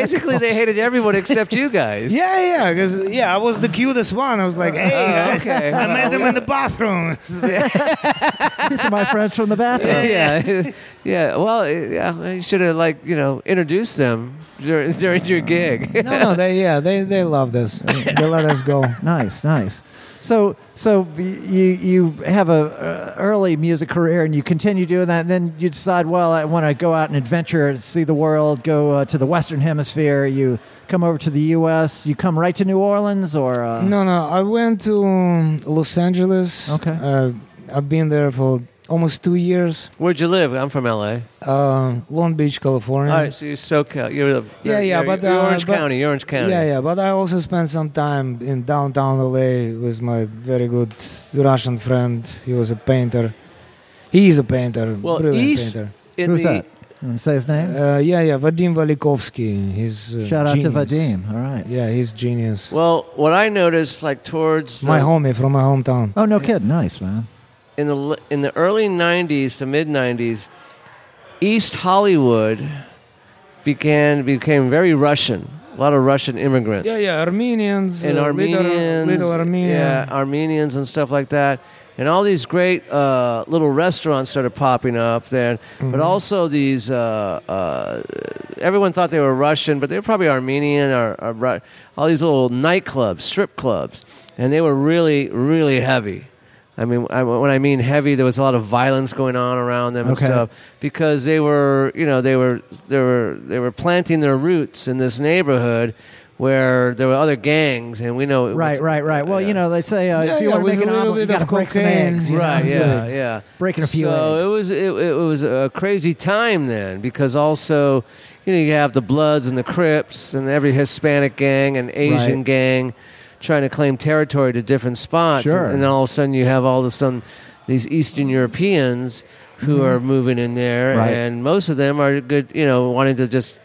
basically, they hated everyone except you guys. Yeah, yeah, because yeah, I was the cutest one. I was like, hey, Oh, guys, okay. I met them in the bathroom. These are my friends from the bathroom. yeah, yeah. Well, yeah, you should have like you know introduced them during, during your gig. no, no, they yeah, they they loved us. They let us go. Nice, nice. So, so y- you you have a, a early music career, and you continue doing that, and then you decide, well, I want to go out and adventure, and see the world, go uh, to the Western Hemisphere. You come over to the U.S. You come right to New Orleans, or uh, No, no, I went to um, Los Angeles. Okay. uh, I've been there for almost two years. Where'd you live? I'm from LA. Uh, Long Beach, California. All right, so you're SoCal. You're the Yeah, yeah, you're- but, you're uh, Orange but- County. You're Orange County. Yeah, yeah, but I also spent some time in downtown LA with my very good Russian friend. He was a painter. He is a painter. Well, brilliant he's- painter. In who's the- that? You wanna say his name? Uh, yeah, yeah, Vadim Valikovsky. He's uh, Shout out to genius. Vadim. All right. Yeah, he's genius. Well, what I noticed, like towards the- my homie from my hometown. Oh no, kid. Nice man. in the l- in the early '90s to mid '90s, East Hollywood began became very Russian. A lot of Russian immigrants. Yeah, yeah, Armenians. and uh, Armenians, Little, little Armenian. yeah, Armenians and stuff like that. And all these great uh, little restaurants started popping up there, Mm-hmm. but also these. Uh, uh, everyone thought they were Russian, but they were probably Armenian or, or Ru- all these little nightclubs, strip clubs, and they were really, really heavy. I mean, I, when I mean heavy, there was a lot of violence going on around them and Okay. stuff because they were, you know, they were, they were, they were planting their roots in this neighborhood where there were other gangs, and we know, Right, right, right. Well, Yeah. you know, they say uh, Yeah, if you yeah, want to make with a an little omelet, you bit got to of break some cocaine, eggs. you know? right, So- yeah, yeah. breaking a few So eggs. it was it, it was a crazy time then because also you know you have the Bloods and the Crips and every Hispanic gang and Asian Right. gang trying to claim territory to different spots. Sure. And, then all of a sudden you have all of a sudden these Eastern Europeans who are moving in there, Mm-hmm. Right. and most of them are good, you know, wanting to just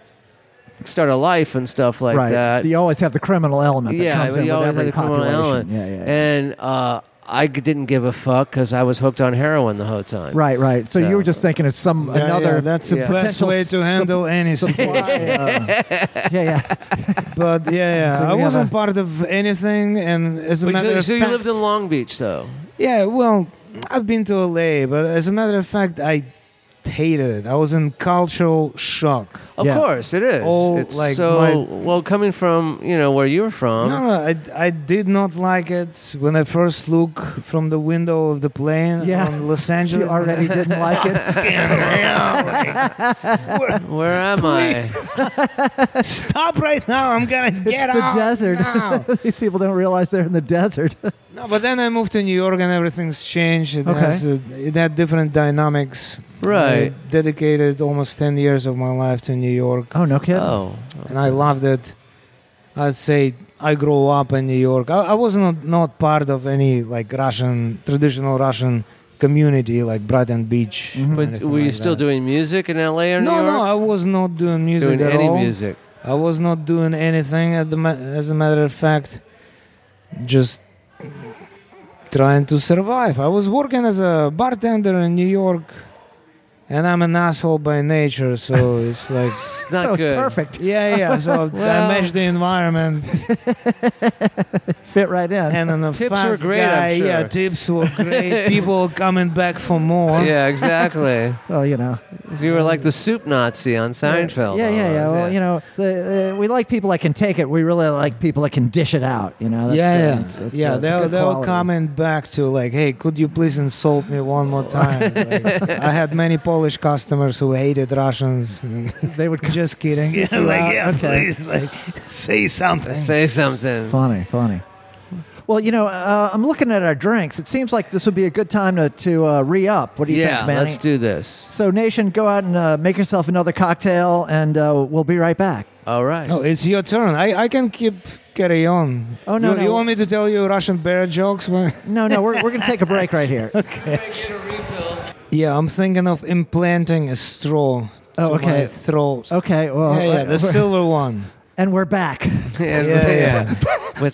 start a life and stuff like right. that. You always have the criminal element that comes in we with always every had the criminal population. element. Yeah, yeah. yeah. And uh, I g- didn't give a fuck because I was hooked on heroin the whole time. right, right. So, you were So- just thinking it's some Yeah, another. yeah, that's the Yeah. best potential way to sup- handle any supply, situation. uh, yeah, yeah. But yeah, So yeah, I we wasn't gotta- part of anything, and as a But matter you, of so you fact, lived in Long Beach, though. yeah. Well, I've been to LA, but as a matter of fact, I hated it. I was in cultural shock. Of Yeah. course, it is. All, it's like, so well coming from you know where you're from. No, I, I did not like it when I first look from the window of the plane Yeah. on Los You Angeles. already didn't like it. Where am Stop right now! I'm gonna get it's the out desert. now. These people don't realize they're in the desert. No, but then I moved to New York and everything's changed. It, Okay. has, uh, it had different dynamics. I? Right. I dedicated almost 10 years of my life to New York Oh no, kidding. Oh, and I loved it. I'd say I grew up in New York. I, I was not, not part of any like Russian, traditional Russian community like Brighton Beach. Mhm. or Mm-hmm. but anything were you like still that. doing music in L.A. or No, New no, York? I was not doing music doing at any all. music. I was not doing anything at the ma- as a matter of fact just trying to survive. I was working as a bartender in New York and I'm an asshole by nature, so it's like It's not so good. It's perfect. yeah, yeah, so Well- I matched the environment Fit right in. and then a Tips were fast great, I'm guy, yeah, sure. tips were great. People were coming back for more. Yeah, exactly. oh, you know. you were like the soup Nazi on Seinfeld. Yeah, yeah, yeah. almost, Well, you know, the, uh, we like people that can take it. We really like people that can dish it out. You know. That's, yeah, uh, yeah, it's- it's, yeah. uh, it's a they were, good they were quality. coming back to like, hey, could you please insult me one more Oh. time? Like, I had many Polish customers who hated Russians. They would come. Just kidding. Yeah, like, yeah, please, like, say something. Say something. Funny, funny. Well, you know, uh, I'm looking at our drinks. It seems like this would be a good time to, to uh, re up. What do you yeah, think, Manny? let's do this. so, Nation, go out and uh, make yourself another cocktail, and uh, we'll be right back. All right. No, it's your turn. I, I can keep carry on. Oh, no, you, no. you want me to tell you Russian bear jokes? Well, No, no, we're, we're going to take a break right here. yeah, I'm thinking of implanting a straw Oh, to okay. my throat. Okay, well, Yeah, yeah, uh, the silver one. and we're back. And Yeah, yeah. With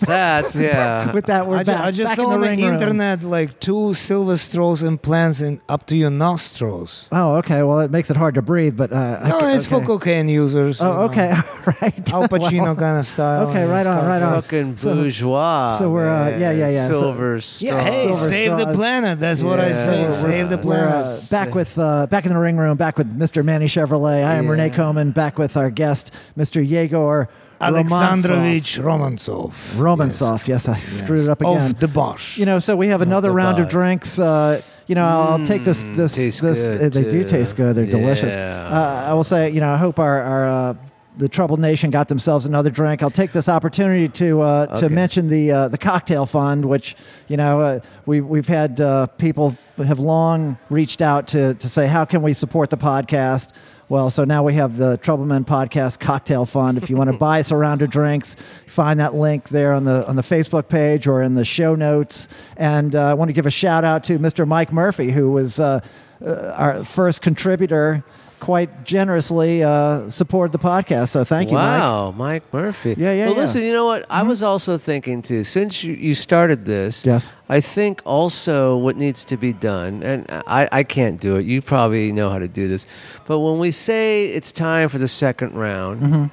that, yeah. With that, we're I, ju- back. I just back saw in on the the ring room. internet like two silver straws implants in up to your nostrils. Oh, okay. Well, it makes it hard to breathe, but uh, No, okay, it's okay. for cocaine users. you Oh, know, okay. All right. Al Pacino kind of style. Okay, and right it's on, got- right on. Fucking uh, So- bourgeois. so we're, uh, man. yeah, yeah, yeah, so- Silver Yeah, straw. hey, Silver save the straws. planet. That's what I Yeah. say. We're- save the we're, We're planet. uh, back with uh, back in the ring room, back with Mr. Manny Chevrolet. I am Yeah. Renee Coman, back with our guest, Mr. Yegor Alexandrovich Romansov. Romansov. Yes, I Yes. screwed it up again. Of the Bosch. you know, so we have another the round of bug. drinks. Uh, you know, I'll take this. This. tastes this. good, uh, they do too. taste good. They're delicious. Yeah. Uh, I will say, you know, I hope our, our uh, the troubled nation got themselves another drink. I'll take this opportunity to uh, to Okay. mention the uh, the cocktail fund, which you know uh, we we've had uh, people have long reached out to to say how can we support the podcast. Well, so now we have the Trouble Men Podcast Cocktail Fund. If you want to buy us a round of drinks, find that link there on the on the Facebook page or in the show notes. And uh, I want to give a shout out to Mr. Mike Murphy, who was uh, uh, our first contributor, quite generously uh, supported the podcast. So thank you, Mike. wow, Mike. Murphy. Yeah, yeah, Mm-hmm. Well, yeah. listen, you know what? I was also thinking too. Since you, you started this, Yes. I think also what needs to be done, and I, I can't do it. You probably know how to do this, but when we say it's time for the second round. Mm-hmm.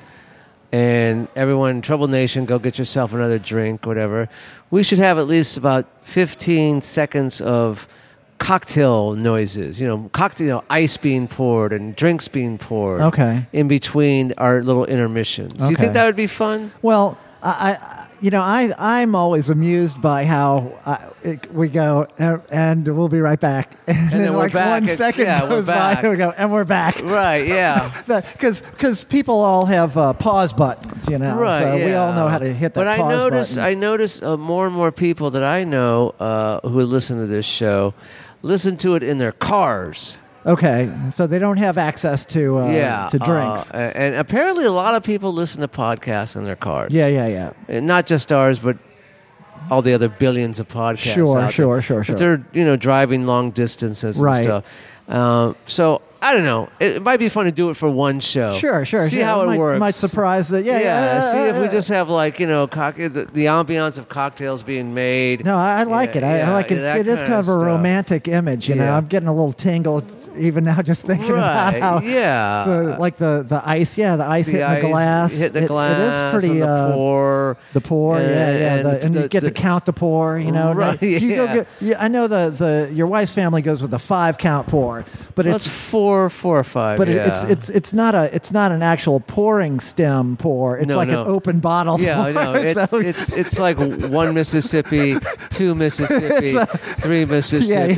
And everyone, Trouble Nation, go get yourself another drink, whatever. We should have at least about 15 seconds of cocktail noises, you know, cocktail ice being poured and drinks being poured Okay. in between our little intermissions. Do you Okay. think that would be fun? Well, I, I you know, I I'm always amused by how I, it, we go and, and we'll be right back, and, then we're like back. one It's- second yeah, we're goes by, back. and we go and we're back. Right, yeah. Because because people all have uh, pause buttons, you know. right. So we yeah. all know how to hit that But pause I notice button. I notice uh, more and more people that I know uh, who listen to this show listen to it in their cars. okay, so they don't have access to uh, yeah, to uh, drinks. a- and apparently, a lot of people listen to podcasts in their cars. yeah, yeah, yeah. and not just Uh, ours, but all the other billions of podcasts. Sure, out sure, there. sure, But sure. they're you know driving long distances Right. and stuff. Uh, so I don't know. It, it might be fun to do it for one show. Sure, sure. See sure. how it might, works. Might surprise that. Yeah, Yeah, yeah. uh, yeah, see if we yeah. just have like you know cock- the, the ambiance of cocktails being made. No, I, I like Yeah, it. I, I yeah, like it. yeah, that it is kinda kind of a stuff. romantic image. You know, Yeah. I'm getting a little tingle even now just thinking right? about how. yeah, The, like the, the ice, yeah, the ice The hitting ice, the glass. hit the It- glass, It is pretty. and the uh, pour. The pour, yeah, and- yeah, and the- and you the- get to the- count the pour, you know. Right, Do you go yeah. get- yeah, I know the, the your wife's family goes with the five count pour, but Well, it's it's four, four or five. but it- yeah. it's it's it's not a it's not an actual pouring stem pour. It's No, like no. an open bottle. Yeah, I pour. know. It's, So- it's it's like one Mississippi, two Mississippi, three Mississippi,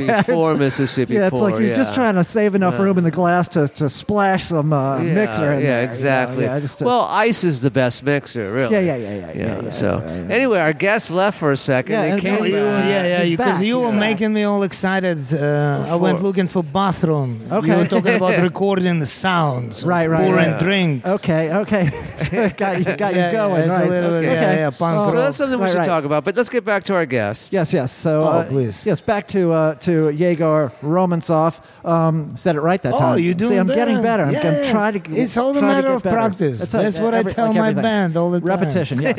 yeah, it's- four Mississippi. yeah, it's like pour, you're just yeah. trying to save enough room in the glass to, to splash some uh, yeah, mixer in there. yeah, you know? exactly. Yeah, just to- well, ice is the best mixer, really. Yeah, yeah, yeah, yeah, yeah, yeah, so yeah, yeah. anyway, our guest left for a second. Yeah, They and- came Oh, You, back. yeah, yeah, He's because back, you he's were back. making me all excited. Uh, I went Before. looking for bathroom. Okay. You were talking about recording the sounds, of Right, right, pouring right. drinks. okay, okay. So got you, got Yeah, yeah, you going. it's a right. little bit- okay. Oh, yeah, yeah, punk So rock. that's something we Right, should right. talk about. But let's get back to our guest. Yes, yes. So, Oh, uh, please. Yes, back to uh, to Yegor Romantsov. Um, said it right that Oh, time. you do. See, I'm getting better. I'm, I'm trying to. It's all a trying to matter get of better. practice. That's, it. what Every- I tell like my everything. band all the time. Repetition. Yes.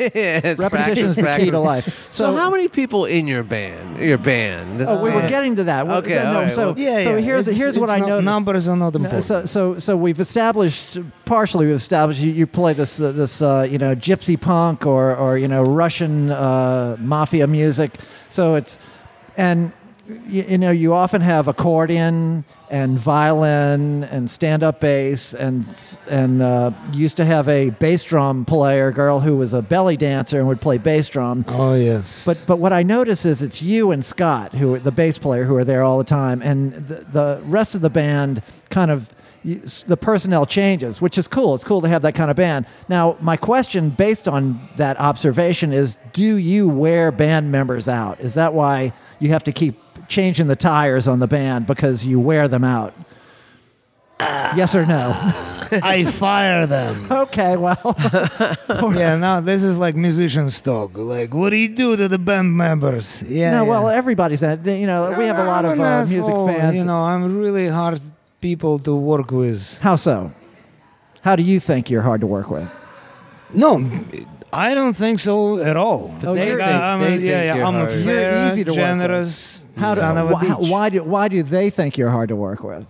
Repetition it's practice, is the practice. key to life. So, how many people in your band? Your band. This Oh, we were band. getting to that. Well, Okay, no, no, all right, so, well- Yeah, so yeah. here's it's, here's what it's I not- noticed. Numbers are not important. So, so, so we've established partially. We've established you, you play this uh, this uh, you know gypsy punk or or you know Russian uh, mafia music. So it's and you, you know you often have accordion and violin and stand up bass and s- and uh, used to have a bass drum player girl who was a belly dancer and would play bass drum. oh yes. But but what I notice is it's you and Scott, who are the bass player, who are there all the time, and the, the rest of the band kind of you- s- the personnel changes, which is cool. It's cool to have that kind of band. Now, my question, based on that observation, is: Do you wear band members out? Is that why you have to keep changing the tires on the band because you wear them out? Uh, yes or no? I fire them. okay, well, yeah, no, this is like musicians talk. Like, what do you do to the band members? Yeah. no, yeah. well, everybody's at you know we have a lot I'm of an uh, music asshole, fans. You know, I'm really hard people to work with. How so? How do you think you're hard to work with? No, I don't think so at all. oh, But they Like, think- I'm they a, yeah, think yeah, you're I'm a hard. You're fair, easy to work with. generous How do, son of a why, bitch. why do why do they think you're hard to work with?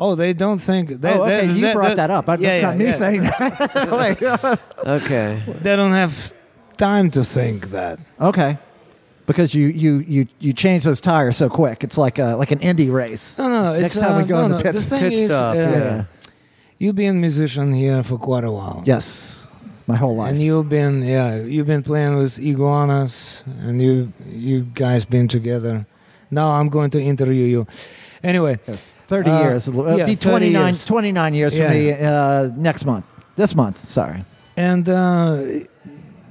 Oh, they don't think. They, oh, okay, they, you they- brought they- that up. I, yeah, that's yeah, not me yeah. saying that. Wait. Okay. They don't have time to think that. okay, because you you you you change those tires so quick. It's like a like an indie race. No, no. Next it's, time we uh, go no, in the no, pit- the thing pit is, stop, uh, yeah. You've been musician here for quite a while. Yes, my whole life. And you've been yeah, you've been playing with iguanas and you you guys been together. Now I'm going to interview you. Anyway, yes, thirty Uh, years. It'll yeah, be 29 30 years. 29 years Yeah. for me uh, next month. This month, sorry. and uh,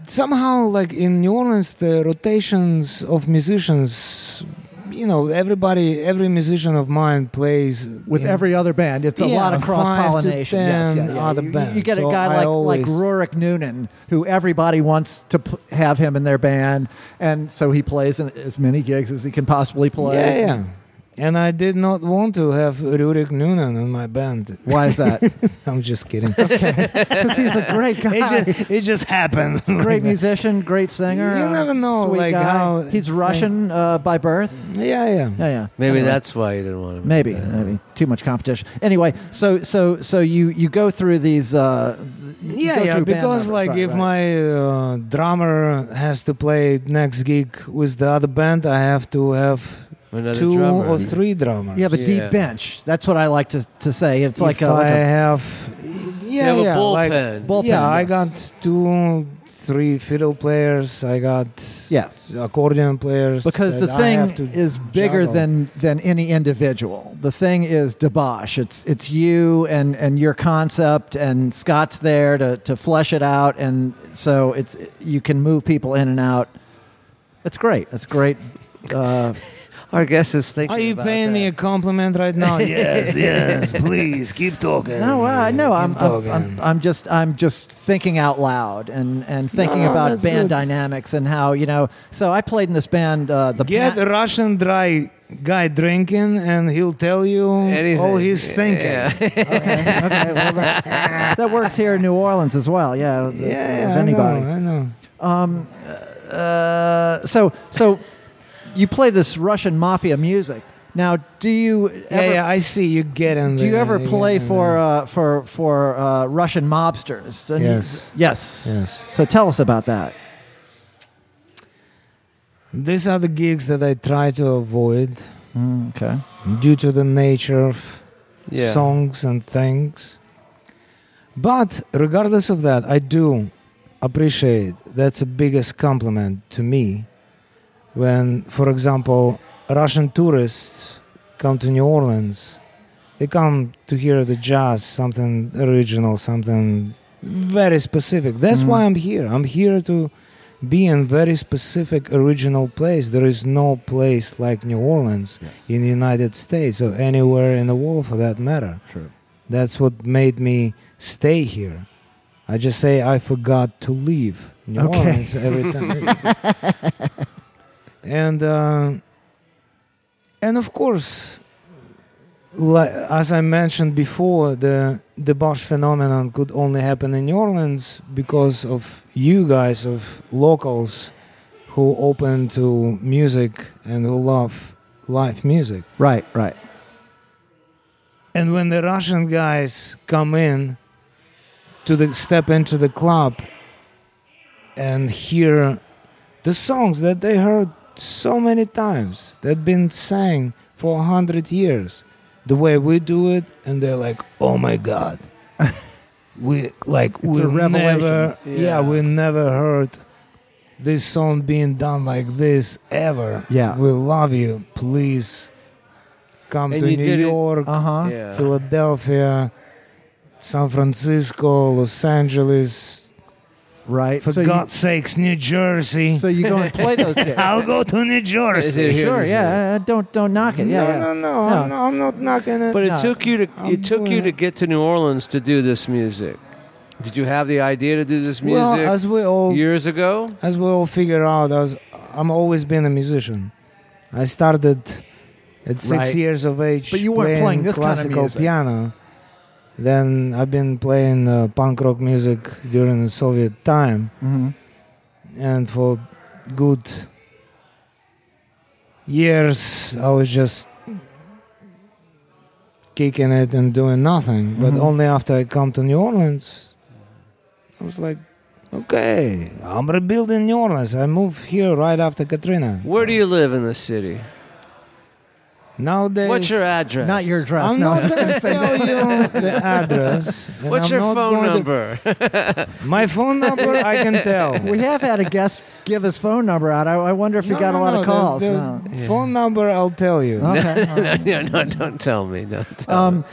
somehow like in New Orleans the rotations of musicians you know, everybody, every musician of mine plays with in- every other band. It's a Yeah, lot of five to cross pollination. Yes, yeah, ten yeah. other you, bands. you get a So guy I like like always- Rurik Noonan, who everybody wants to p- have him in their band, and so he plays in as many gigs as he can possibly play. Yeah, yeah. And I did not want to have Rurik Noonan in my band. Why is that? I'm just kidding. Because he's a great guy. it, just, it just happened. Great musician, great singer. You uh, never know, sweet like, guy. how- Mm. he's Russian uh, by birth. Yeah, yeah. Yeah, yeah. Maybe Anyway. that's why you didn't want to. Maybe, maybe too much competition. Anyway, so so so you you go through these. Uh, you Yeah, go yeah. through band Because members, like, right, if right. my uh, drummer has to play next gig with the other band, I have to have Another two drummer. or three drummers. You have a Yeah. deep bench. That's what I like to, to say. It's If like a, I like a have. You Yeah, have yeah. a like- bullpen. bullpen. yeah, I yes. got two, three fiddle players. I got yeah. accordion players. Because the that I have thing to is bigger juggle. than than any individual. The thing is debosh. It's it's you and and your concept and Scott's there to to flesh it out and so it's you can move people in and out. That's great. That's great. Uh, our guest is thinking. Are you about paying me a that. compliment right now? yes, yes. Please keep talking. No, I no, I'm, Keep I'm, talking. I'm, I'm just, I'm just thinking out loud and, and thinking No, about Oh, that's band good. dynamics and how you know. So I played in this band, uh, the Get Pat- a Russian dry guy drinking, and he'll tell you Anything. all he's thinking. Yeah. okay, okay, well, that, that works here in New Orleans as well. Yeah, if- Yeah, if I anybody. know. I know. Uh, so, so you play this Russian mafia music. Now, do you ever, yeah, yeah, I see you getting. do you there, ever yeah, play yeah, for uh, for for uh, Russian mobsters? And you- Yes. yes, Yes. So tell us about that. These are the gigs that I try to avoid Mm, okay. due to the nature of Yeah. songs and things. But regardless of that, I do appreciate that's the biggest compliment to me when, for example, Russian tourists come to New Orleans. They come to hear the jazz, something original, something very specific. That's Mhm. why I'm here. I'm here to be in very specific original place. There is no place like New Orleans in the United States or anywhere in the world for that matter. True. That's what made me stay here. I just say I forgot to leave New Okay. Orleans every time. and uh, and of course, li- as I mentioned before, the the Bosch phenomenon could only happen in New Orleans because of you guys, of locals who open to music and who love live music. Right. Right. And when the Russian guys come in to the step into the club and hear the songs that they heard so many times that been sang for a hundred years, the way we do it, and they're like, "Oh my god, we like It's we a revelation. never, yeah, Yeah. we never heard this song being done like this ever. Yeah. we love you. Please come And to you New did it- York. Uh huh. Yeah. Philadelphia, San Francisco, Los Angeles, Right. for so God's sakes, New Jersey. you, so you go and play those gigs. I'll go to New Is it Jersey. here? sure. Is Yeah. uh, Don't don't knock it. Yeah. yeah. No, no, no, I'm No. not, I'm not knocking it. But it No. took you to I'm it took you doing to it. get to New Orleans to do this music. Did you have the idea to do this music well, as we all years ago? as we all figure out, as I'm always been a musician. I started at six Right. years of age. But you weren't playing this kind of classical music. piano. Then I've been playing uh, punk rock music during the Soviet time. Mm-hmm. and for good years I was just kicking it and doing nothing. But Mhm. only after I come to New Orleans, I was like, okay, I'm rebuilding New Orleans. I moved here right after Katrina. Where do you live in the city? Nowadays, What's your address? Not your dress. I'm no, I not was going to gonna say tell that. you the address. and What's I'm your not phone going to- number? my phone number, I can tell. We have had a guest give his phone number out. I, I wonder if he No, got a no, lot no, of the- calls. Oh. the No. Phone number, I'll tell you. Okay. all right. no, no, don't tell me. Don't tell me. Um,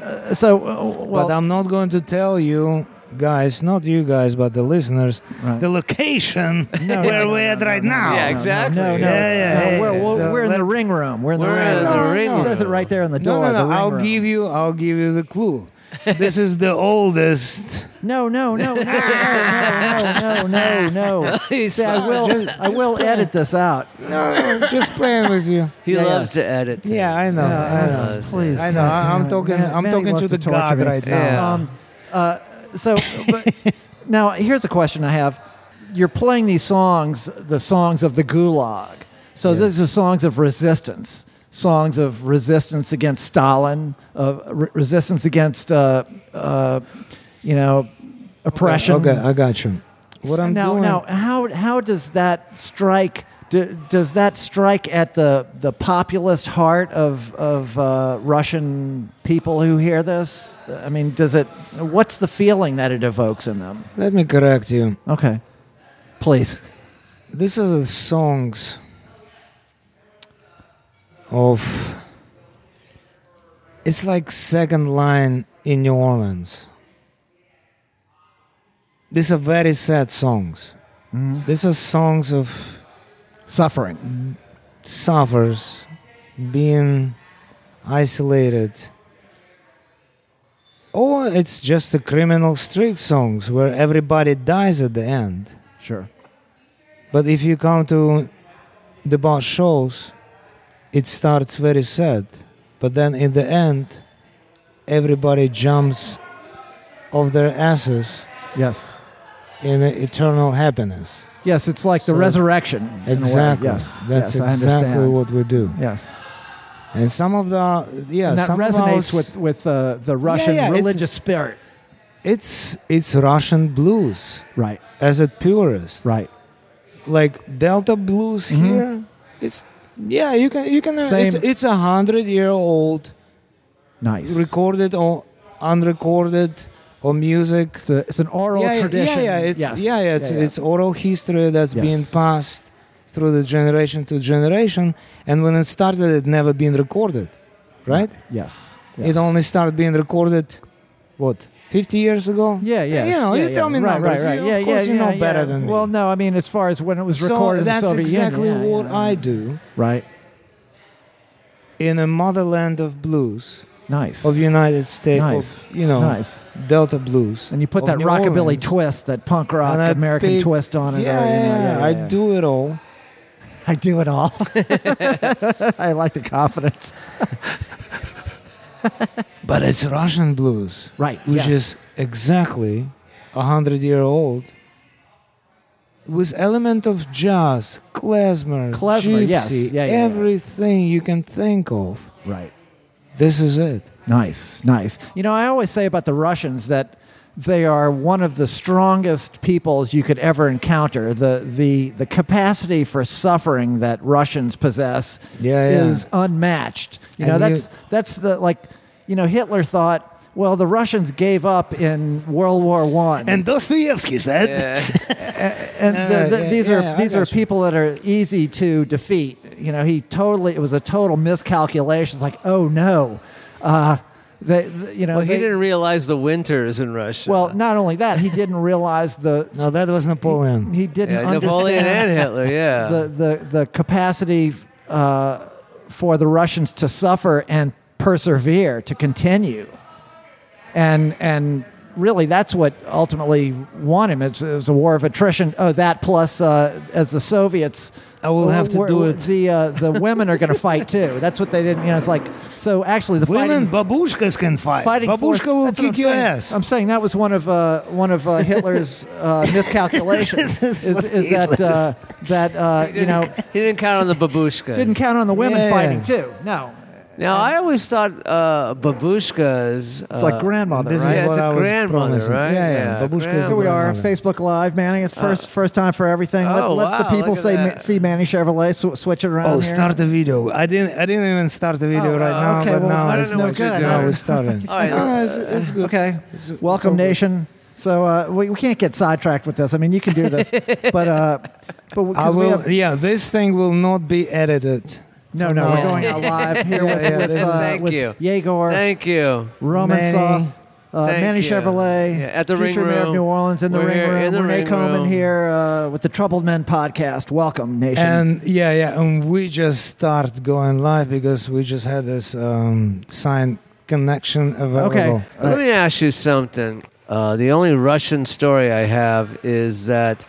uh, so, uh, well, but I'm not going to tell you guys, not you guys, but the listeners, right. the location No, where no, no, we're at no, right no, no, now. Yeah, no, exactly. No, no, Yeah, it's- yeah, no, yeah, we're, yeah. we're, So we're in the let's- ring room. We're in the We're ring in room. No, the ring no. It room. says it right there on the No, door. no, the no. ring I'll room. give you. I'll give you the clue. this is the oldest. No, no, no, no, no, no, no, no. He's See, I fine. will, I will edit this out. No, no, just playing with you. He Yeah, yeah. loves to edit. things. Yeah, I know. I know. Please, I know. I, I'm talking. I'm talking to the God right now. Yeah. Um, uh, so, but now here's a question I have. You're playing these songs, the songs of the Gulag. So these are songs of resistance, songs of resistance against Stalin, of re- resistance against, uh, uh, you know, oppression. Okay, I got you. What I'm now, doing. now, how how does that strike? Do, does that strike at the the populist heart of of uh, Russian people who hear this? I mean, does it? What's the feeling that it evokes in them? Let me correct you. Okay, please. This is the songs of. It's like second line in New Orleans. These are very sad songs. These are songs of Mm-hmm. Suffering. suffers being isolated. Or it's just the criminal streak songs where everybody dies at the end. Sure. But if you come to the bar shows, it starts very sad. But then in the end, everybody jumps off their asses Yes. in eternal happiness. Yes, it's like the So- resurrection. in a way. Exactly. Yes. That's yes, I exactly understand. what we do. Yes. And some of the yeah, and that some of resonates ours- with with uh, the Russian yeah, it's- religious spirit. it's it's Russian blues Right. as at purest. Right. Like Delta blues Mhm. here, it's yeah, you can you can Same. it's it's a hundred year old Nice. recorded or unrecorded or music. It's, a, it's an oral yeah, yeah, tradition. Yeah, yeah, it's Yes. yeah, yeah, it's, it's oral history that's Yes. been passed through the generation to generation. And when it started, it never been recorded, right? Yes. It yes. only started being recorded, what, 50 years ago? Yeah, yeah. You know, yeah, you yeah. tell me right, numbers. Right, right. You- yeah, of course yeah, you know yeah, better yeah. than me. Well, no, I mean, as far as when it was so recorded in the that's Soviet Union, exactly yeah, what yeah. I do Right. in a motherland of blues Nice. of United States, of, Nice. you know, Nice. Delta blues. And you put of that New rockabilly Orleans. twist, that punk rock And I American pick- twist on it. yeah, or, you know, yeah, yeah, yeah. I do it all. I do it all. I like the confidence. But it's Russian blues. Right. which yes. is exactly a hundred year old with element of jazz, klezmer, Klezmer, gypsy, yes. Yeah, yeah, yeah. everything you can think of. right. This is it. Nice, nice. You know, I always say about the Russians that they are one of the strongest peoples you could ever encounter. The the the capacity for suffering that Russians possess Yeah, yeah. is unmatched. You know, And you- that's that's the like you know, Hitler thought, well, the Russians gave up in World War One. Dostoevsky said, Yeah. and Yeah, the, the, uh, yeah, these yeah, are yeah, I these are gotcha. people that are easy to defeat. You know, he totally it was a total miscalculation. It's like, oh no, uh, they, th- you know, Well, he they- didn't realize the winters in Russia. well, not only that, he didn't realize the No, that was Napoleon. he didn't yeah, understand Napoleon and Hitler. Yeah. the the the capacity uh, for the Russians to suffer and persevere to continue, and and really that's what ultimately won him. It's, it was a war of attrition. Oh, that plus uh, as the Soviets. I will have to were- do it. The uh, the women are going to fight too. That's what they didn't. You know, it's like so. Actually, the fighting, babushkas can fight. fighting force- that's what I'm saying. I'm saying that was one of uh, one of uh, Hitler's uh, miscalculations. This is is what is that uh, that uh, you know he didn't count on the babushkas. didn't count on the women Yeah. fighting too. No, Now I always thought uh, babushkas. uh, it's like grandmother, this is right? yeah, what it's a I was grandmother, promising. right? Yeah, yeah. Yeah, Babushka is so a we are grandmother. Facebook Live, Manning. It's first first time for everything. Let, oh, let the wow, people look at say that. see Manny Chevrolet. Sw- switch it around. Oh, here. start the video. I didn't. I didn't even start the video Oh, right uh, now. okay, but well, now I don't it's know no what you're good. doing. Now we started. All right, No, no, it's, it's good. Okay. It's- Welcome, it's all good. nation. So uh, we, we can't get sidetracked with this. I mean, you can do this, but uh, but I because we will. have, yeah, this thing will not be edited. no no we're Yeah. going out live here Yeah, with, yeah, with, this is- uh, Thank with you. Yegor. Thank you. Romansoff, Manny. Uh, Thank Manny you. Chevrolet, Yeah, at the future Ring mayor of Room. New Orleans, in the We're ring here room. in the Renee Ring Coleman Room. here uh, with the Troubled Men podcast. Welcome, nation. And yeah, yeah, and we just start going live because we just had this um, sign connection available. okay, Uh, Let me ask you something. Uh, the only Russian story I have is that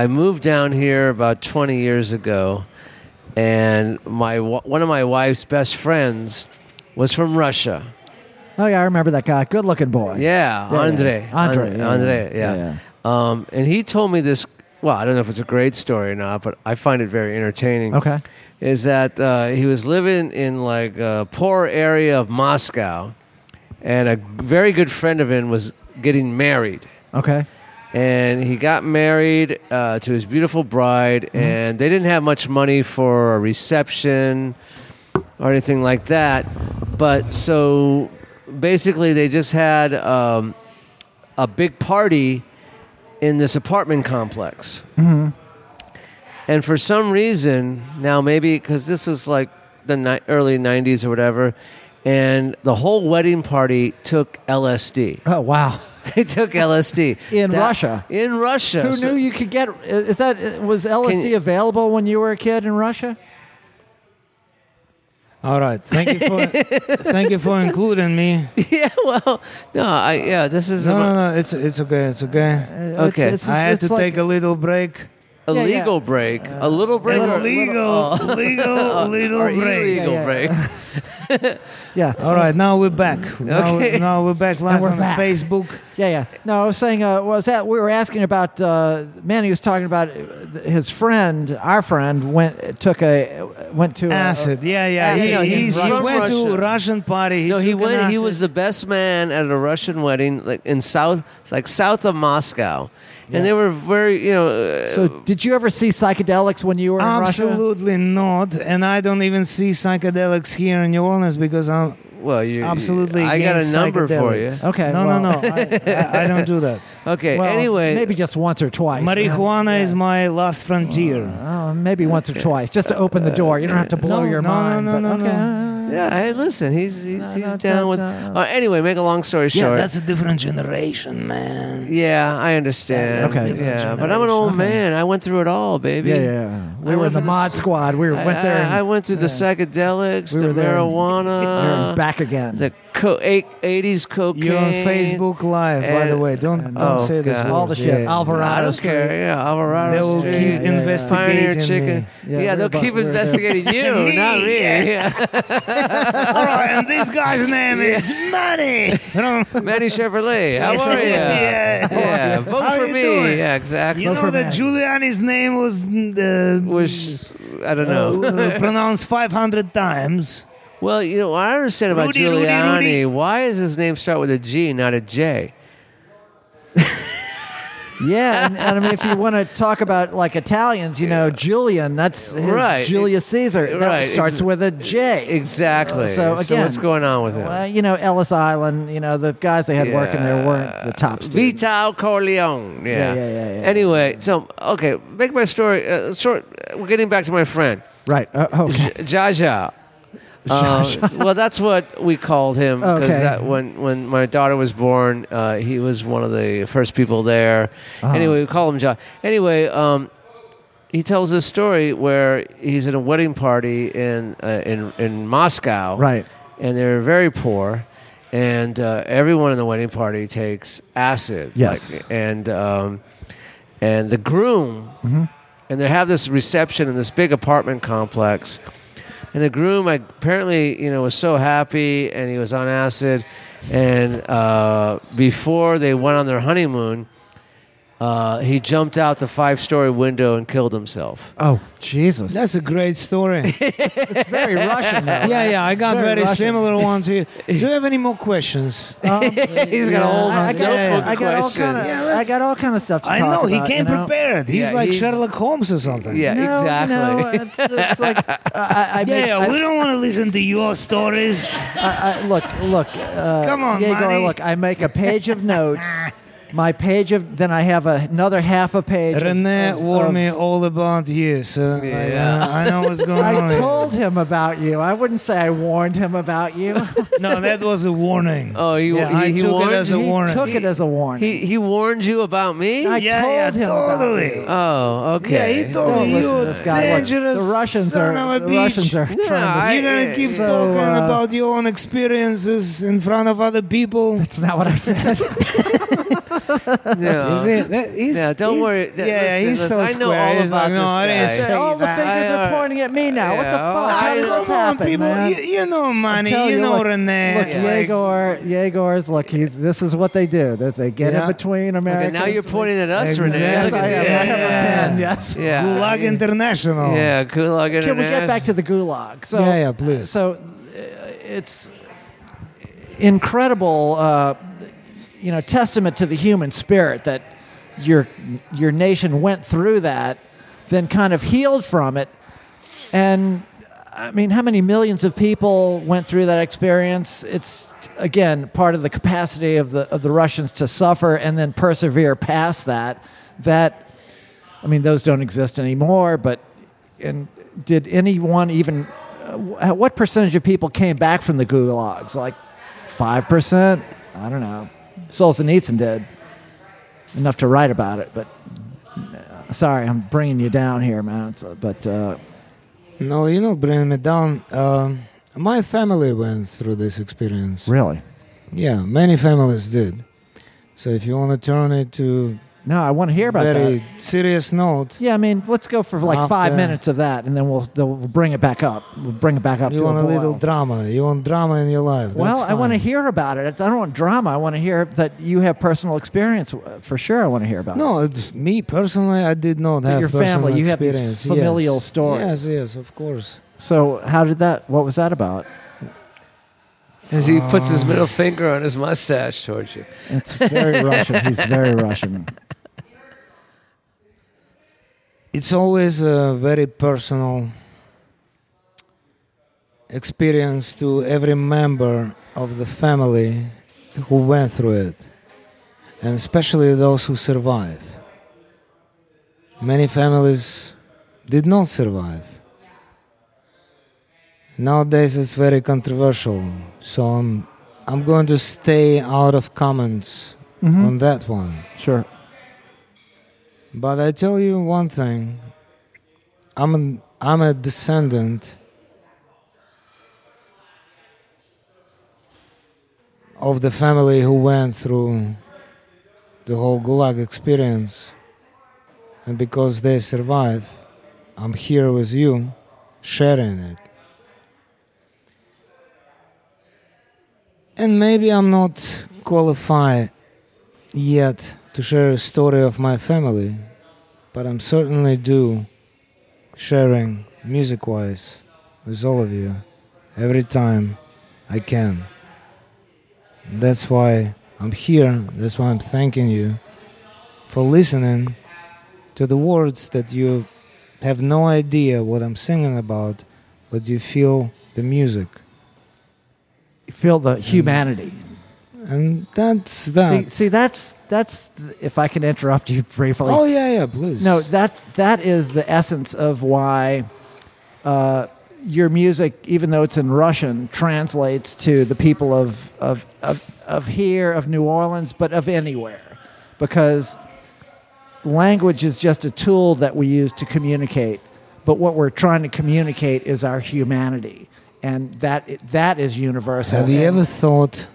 I moved down here about 20 years ago, and my wa- one of my wife's best friends was from Russia. oh yeah, I remember that guy. Good looking boy. Yeah, Yeah, Andre. yeah. Andre, Andre. yeah, Andre, yeah. yeah. Yeah, Um, and he told me this. Well, I don't know if it's a great story or not, but I find it very entertaining. Okay. Is that uh, he was living in like a poor area of Moscow, and a very good friend of him was getting married. Okay. And he got married uh, to his beautiful bride, and they didn't have much money for a reception or anything like that. But so basically, they just had um, a big party in this apartment complex. And for some reason, now maybe because this was like the ni- early 90s or whatever, and the whole wedding party took LSD. Oh wow. They took LSD In Russia. In Russia, Who So- knew you could get? Is that was LSD Can- available when you were a kid in Russia? All right. Thank you for thank you for including me. yeah, well, no, I yeah, this is No, about- no, no. It's it's okay. It's okay. Okay. I had to take a little break. a yeah, yeah. legal break, a little break, little- or, Legal, legal, little or break. illegal Yeah, yeah. break. yeah. Oh. All right, now we're back. Okay. Now, now we're back live we're on back. Facebook. Yeah, yeah. No, I was saying, uh, was that we were asking about uh, Manny was talking about uh, th- his friend, our friend went took a went to a- Acid. Yeah, yeah. Acid. He, Yeah, he, he's he from went to Russia. Russian party. He No, he took an went. He acid. was the best man at a Russian wedding, like in south, like south of Moscow, and they were very, you know. uh, so, did you ever see psychedelics when you were in Russia? Absolutely not. And I don't even see psychedelics here in New Orleans because I'm well, you absolutely I got a against number for you. psychedelics. Okay, No, well- no, no. I, I, I don't do that. Okay. Oh, Well, anyway, maybe just once or twice. Marijuana man. is my last frontier. Oh, maybe once or twice, just to open the door. You don't have to blow No, your no, no, mind. no, but- no, no. okay. Yeah. Hey, listen, he's he's, he's no, down don't, with. don't. Uh, anyway, make a long story Yeah, short. that's a different generation, man. Yeah, I understand. Okay. Yeah, but I'm an old man. I went through it all, baby. Yeah, yeah, yeah. We I were in went the for mod this- squad. We were, I, went there and I, I went through the psychedelics, We the were there and- marijuana, and back again. the co- eight, 80s cocaine. You're on Facebook Live, by the And- way. Don't don't Oh, say this. God. all the word. shit. Yeah. Alvarado I don't Street. care. Yeah, Alvarado They will Street. keep yeah, yeah. Pioneer investigating me. chicken. Yeah, Yeah, we're they'll about- keep we're- investigating you, Me, not me. yeah. Yeah. me. All right, and this guy's name is Money. You know, Manny Chevrolet, how are you? Yeah. Yeah, vote How for you me. doing? Yeah, exactly. you Vote for know that Manny. Giuliani's name was uh, Was I don't know. uh, pronounced 500 times. well, you know, I understand about Rudy, Rudy, Giuliani. Rudy. Why does his name start with a G, not a J? Yeah, and, and I mean, if you want to talk about like Italians, you know, Julian, that's his Right. Julius Caesar. That Right, starts ex- with a J. Exactly. So again- what's going on with him? Well, you know, Ellis Island, you know, the guys they had working there weren't the top students. Vital Corleone. Yeah. Yeah, yeah, yeah, yeah. anyway, so okay, make my story uh, short. uh, We're getting back to my friend Right. Uh, okay. Jaja. Uh, well, that's what we called him because Okay. when when my daughter was born, uh, he was one of the first people there. Uh-huh. Anyway, we call him Ja. Anyway, um, he tells this story where he's at a wedding party in uh, in in Moscow, Right. and they're very poor, and uh, everyone in the wedding party takes acid. Yes. and um, and the groom, Mm-hmm. and they have this reception in this big apartment complex, and the groom I, apparently you know was so happy and he was on acid, and uh, before they went on their honeymoon. Uh, he jumped out the five-story window and killed himself. Oh, Jesus. That's a great story. That's very Russian. Though, right? yeah, yeah, I got It's very, Russian. similar one to you. Do you have any more questions? He's got a whole I, I got, notebook I of got all questions. kind of. Yeah, I let's- got all kind of stuff. To I talk know he about, came you know? prepared. He's Yeah, like he's- Sherlock Holmes or something. Yeah, No, exactly. No, it's, it's like I, I, I Yeah, make- yeah, I- we don't want to listen to your stories. I, I, look, look. Uh, Come on, Yegor. Marty. Look, I make a page of notes. My page of then I have another half a page. of- Rene of- warned of- me all about you, so Yeah. I, I know what's going on. I here. told him about you. I wouldn't say I warned him about you. No, that was a warning. Oh, he- yeah, he- I he took warned it as a he warning. took it as a warning. He he warned you about me. I yeah, told yeah, him about totally. you. oh, okay. Yeah, he told Don't me listen you to this guy. Look, dangerous the Russians son are of a the Russians bitch. are No, trying to. I- You're gonna yeah, keep so, talking uh, about your own experiences in front of other people. That's not what I said. No. Is it? That, he's, Yeah, don't he's- worry. Yeah, Th- yeah, listen, he's so listen, I know square. all he's like, about no, this I didn't guy." say All the that. fingers I, are uh, pointing at me now. what the yeah, fuck? I- How did come this Come on, happen, people. man? You, you know money. You, know look, Rene. Look, Yeah. Yegor, Yegor's look. He's this is what they do. That they get Yeah. in between Okay, Americans. now you're pointing at us, Renee. Yes, Yes, Look at I am. you. I have Yeah. a pen. Yes. Yeah. Gulag yeah. International. Yeah, Gulag International. Can we get back to the Gulag? So, Yeah, yeah, please. So uh, it's incredible, uh, you know, testament to the human spirit that your your nation went through that, then kind of healed from it, and I mean, how many millions of people went through that experience? It's again part of the capacity of the of the Russians to suffer and then persevere past that. That I mean, those don't exist anymore. But and did anyone even? Uh, wh- what percentage of people came back from the gulags? Like five percent? I don't know. Solzhenitsyn did enough to write about it, but. uh, Sorry, I'm bringing you down here, man. It's, uh, but uh, No, you're not bringing me down. Um, My family went through this experience. Really? Yeah, many families did. So if you want to turn it to No, I want to hear about very that. serious note, Yeah, I mean, let's go for like After- five minutes of that, and then we'll, then we'll bring it back up. We'll bring it back up. you to want a boil. little drama. You want drama in your life. Well, That's I want to fine. hear about it. I don't want drama. I want to hear that you have personal experience uh, for sure. I want to hear about it. No, it's- me personally, I did not But have your personal family, you have these experience. Yes. familial stories. Yes, yes, of course. So, how did that? What was that about? As he puts Oh. his middle finger on his mustache towards you. It's very Russian. He's very Russian. It's always a very personal experience to every member of the family who went through it, and especially those who survive. Many families did not survive. Nowadays, it's very controversial, so I'm, I'm going to stay out of comments hmm on that one. Sure. But I tell you one thing. I'm an, I'm a descendant of the family who went through the whole Gulag experience. And because they survived, I'm here with you sharing it. And maybe I'm not qualified yet to share a story of my family, but I'm certainly do sharing music wise with all of you every time I can. That's why I'm here, that's why I'm thanking you for listening to the words that you have no idea what I'm singing about, but you feel the music. You feel the humanity. And that's that. See, see, that's that's. If I can interrupt you briefly. oh yeah, yeah, blues. No, that that is the essence of why uh, your music, even though it's in Russian, translates to the people of of, of of here, of New Orleans, but of anywhere, because language is just a tool that we use to communicate. But what we're trying to communicate is our humanity, and that that is universal. Have you And ever thought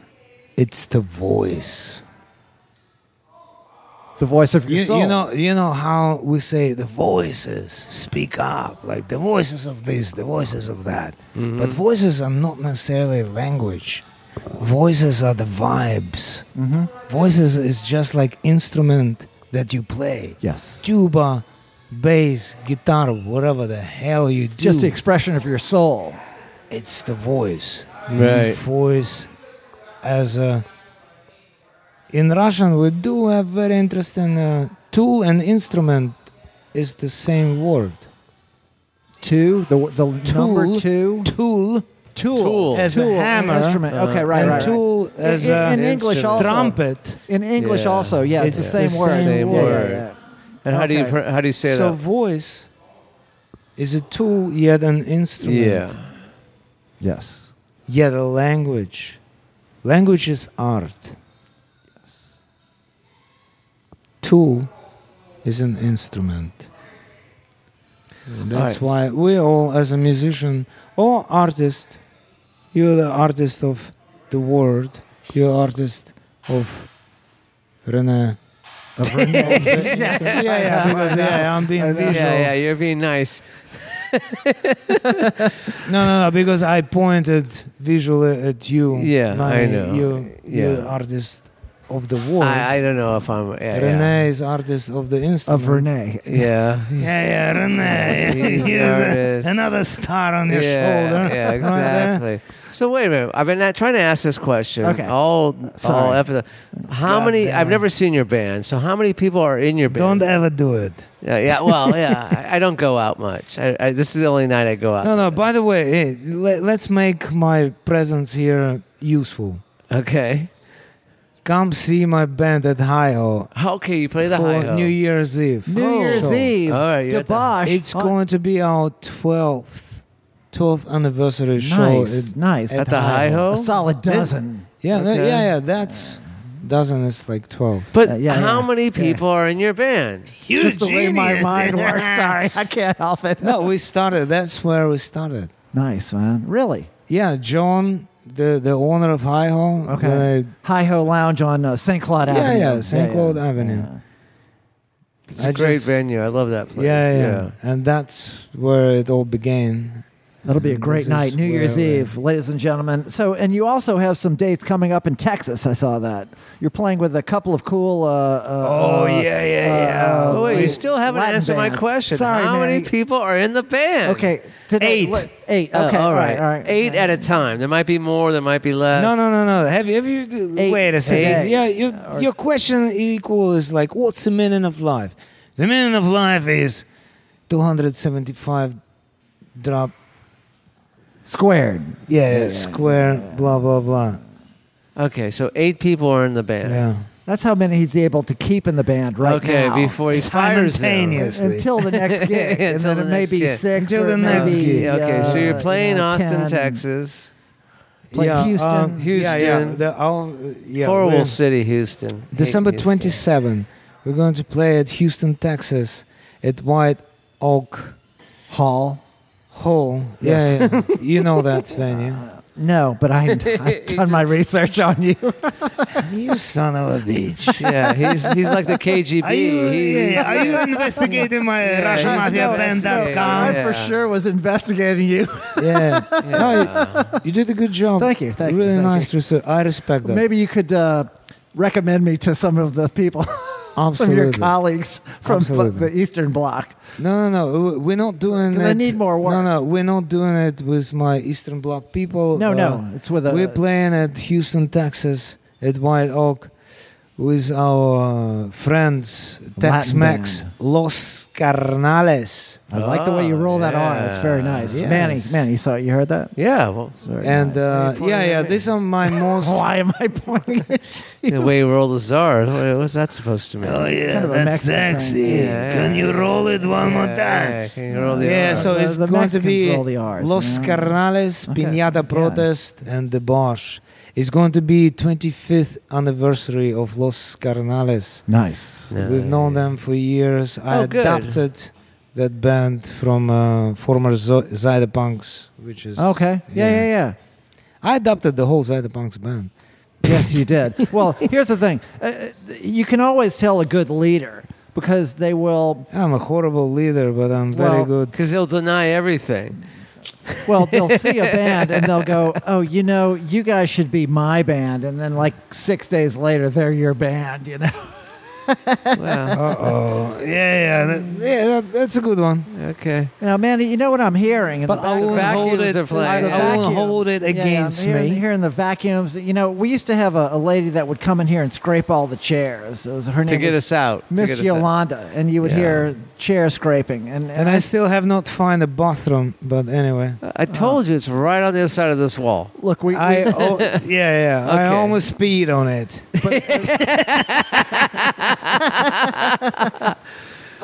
it's the voice? the voice of your You, soul? you know, you know how we say the voices speak up, like the voices of this, the voices of that. But voices are not necessarily language. Voices are the vibes. Voices is just like instrument that you play, yes, tuba, bass, guitar, whatever the hell you do. just the expression of your soul. it's the voice Right. voice as a in russian we do have very interesting uh, tool and instrument is the same word Two, the the number Tool. two. tool tool, Tool. As a Tool, an hammer. instrument. Uh, okay, right, and right, right. tool as in, a in English also. trumpet In English Yeah. also, yeah, it's, the It's the same word. same Yeah, yeah, word. yeah. And how do you Okay. pr- how do you say so that? voice is a tool yet an instrument Yeah. Yes. yet a language language is art tool is an instrument. That's why we all, as a musician or artist, you're the artist of the world. You're artist of Rene. Of Rene. yeah, yeah, because yeah, I'm being Yeah, visual. yeah, you're being nice. No, no, no, because I pointed visually at you. Yeah, Manny. I know. You, Yeah. you're artist of the world. I, I don't know if I'm. Yeah, Rene is artist of the instrument. Of Renee. Yeah. yeah. Yeah, yeah, Rene. Mm. He's an Here's a- artist. another star on your yeah, shoulder. yeah, Right there. exactly. So wait a minute. I've been at- trying to ask this question Okay. all all Sorry. episode. How God many? damn. I've never seen your band. So how many people are in your band? Don't ever do it. yeah, yeah. Well, yeah. I, I don't go out much. I, I, this is the only night I go out. No, no. By the way, hey, let, let's make my presence here useful. Okay. Come see my band at Hi-Ho Okay, you play the for high. New Year's Eve. New Oh. Year's So, Eve. All right, you're at the- Debosh. It's Oh, going to be our 12th, 12th anniversary show. nice. It- nice. at the high a ho. solid dozen. yeah, no, Okay. yeah, yeah. That's doesn't. It's like 12. But Uh, yeah, how yeah. many people are in your band? You're That's the way my mind works. Sorry, I can't help it. no, we started. That's where we started. Nice, man. Really? yeah, John, the the owner of Hi Ho. Okay. Hi Ho Lounge on uh, St. Claude Yeah, Avenue. yeah, St. Claude Avenue. Yeah. It's a I great just- venue. I love that yeah, place. yeah, and that's where it all began. That'll be a And great this night, is New Year's uh, where- Eve, ladies and gentlemen. So, and you also have some dates coming up in Texas. I saw that you're playing with a couple of cool. Uh, uh, Oh, uh, yeah, yeah, yeah. Oh, wait, you Wait, still haven't Latin answered my band. question. Sorry, How man. many people are in the band? Okay, did they- eight. what- eight. Uh, Okay, all right, all right. Eight at a time. There might be more. There might be less. No, no, no, no. Have you, have you? Eight wait a second. today. Yeah, you, Or- your question equal is like, what's the meaning of life? The meaning of life is 275 drop, Squared. yeah, square, blah blah blah. Okay, so eight people are in the band. Yeah. That's how many he's able to keep in the band right okay, now. before he fires them. Simultaneous. until the next gig, and Until then the it may next be gig. six. Until or the it may next be, gig. Okay, so uh, you're playing you know, Austin, 10. Texas, Like Houston. Yeah, yeah. Houston. The, all, uh, yeah, horrible we're- city, Houston. Hate December Houston. 27. We're going to play at Houston, Texas, at White Oak Hall. Hall. Yeah, yeah. you know that venue. No, but I, I've done my research on you. You son of a bitch. yeah, he's he's like the KGB. He's- are you investigating my Yeah, he's no I investigator. for Yeah. sure was investigating you. Yeah. No, you, you did a good job. Thank you, thank you, really thank nice research. I respect that. Maybe you could uh, recommend me to some of the people, some of Absolutely. your colleagues from fu- Absolutely. the Eastern Bloc. No, no, no. we- We're not doing 'Cause it. I need more work. No, no. We're not doing it with my Eastern Bloc people. No, Uh, no, it's with a. We're playing at Houston, Texas, at White Oak, with our uh, friends Tex Mex Los Carnales. I like the way you roll that on. It's very nice, Yes. Manny. Manny, so you heard that? yeah, well, It's very And nice. uh, Are you pointing yeah, at yeah, me? these are my most. why am I pointing? At the way you roll the czar. What- What's that supposed to mean? Oh, yeah, Kind of a that's Mexican sexy. Yeah, Can you roll it one Yeah, can you roll the Yeah, R? so The- it's the going Mexicans to be roll the Rs, Los you know? Carnales, Okay, Piñata Protest, and the Bosch. It's going to be 25th anniversary of Los Carnales. nice. Yeah. We've known them for years. I Oh, good. adapted that band from uh, former Zo- Zydepunks, which is Okay. Yeah, Yeah. yeah, yeah. I adopted the whole Zydepunks band. Yes, you did. well, here's the thing: uh, you can always tell a good leader because they will. I'm a horrible leader, but I'm very Well, good. Because he'll deny everything. Well, they'll see a band and they'll go, "Oh, you know, you guys should be my band," and then like six days later, they're your band. You know. Wow. oh, yeah, yeah, that, yeah. That, that's a good one. Okay. Now, Manny, you know what I'm hearing? in the But back- I won't hold Vacuums it. are playing. I the I won't vacuums. hold it Yeah, yeah, I'm against hearing- me. Hearing the vacuums. You know, we used to have a, a lady that would come in here and scrape all the chairs. It was her To name get was us out. to get Miss us out. Yolanda, and you would Yeah. hear chair scraping. And, And I still have not found a bathroom. But anyway, I told you it's right on the other side of this wall. look, we, we I oh, yeah, yeah. I Okay. almost speed on it.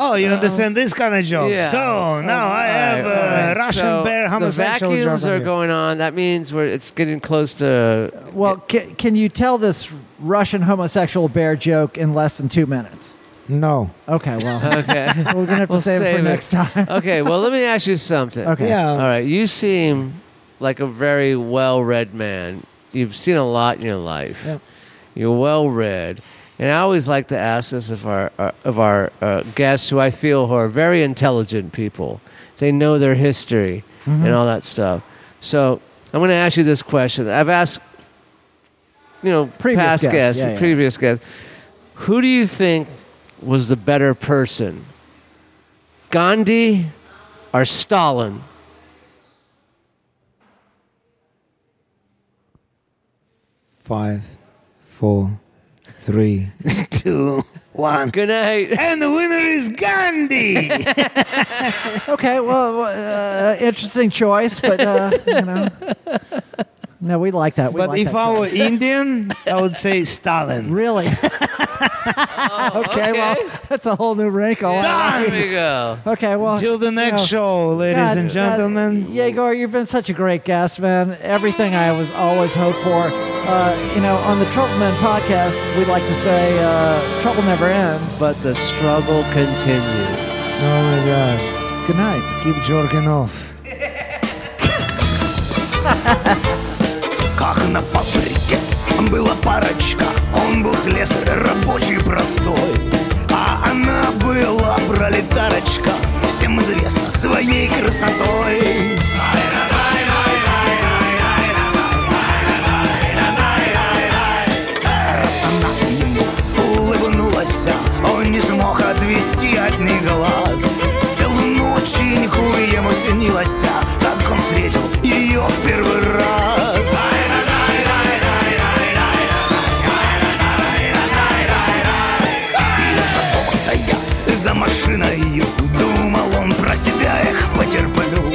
Oh, you understand this kind of joke. Yeah. Oh, So now I have All right, all right. uh, Russian So bear homosexual The vacuums joke on are you. going on. That means we're, it's getting close to. well, can, can you tell this Russian homosexual bear joke in less than two minutes? No. Okay, well, Okay. we're gonna have to We'll save, it save for it. next time. okay. Well, let me ask you something. Okay. Yeah. All right. You seem like a very well read man. You've seen a lot in your life. Yeah. You're well read. And I always like to ask this of our, uh, of our uh, guests who I feel who are very intelligent people. They know their history and all that stuff. So I'm going to ask you this question. I've asked, you know, Previous past guests. guests, Yeah, and yeah. previous guests. Who do you think was the better person, Gandhi or Stalin? Five, four, three, two, one. Good night. And the winner is Gandhi. Okay, well, uh, interesting choice, but uh, you know, no, we like that. We but like if that I choice. were Indian, I would say Stalin. really, okay, Oh, okay. well, that's a whole new wrinkle. Yeah, there we go. Okay, well, Till the next you know, show, ladies God, uh, and God, gentlemen. Yegor, you've been such a great guest, man. Everything I was always hoped for. Uh, you know, on the Troubleman podcast, we like to say uh, trouble never ends. But the struggle continues. Oh my God. Good night. Keep jerking off. Как на фабрике была парочка Он был слесарь рабочий простой А она была пролетарочка Всем известна своей красотой Раз она ему улыбнулась, а он не смог отвести от них глаз. Целую ночь и нику ему снилось, а как он встретил ее в первый раз. Работая за машиною Думал он про себя, эх, потерплю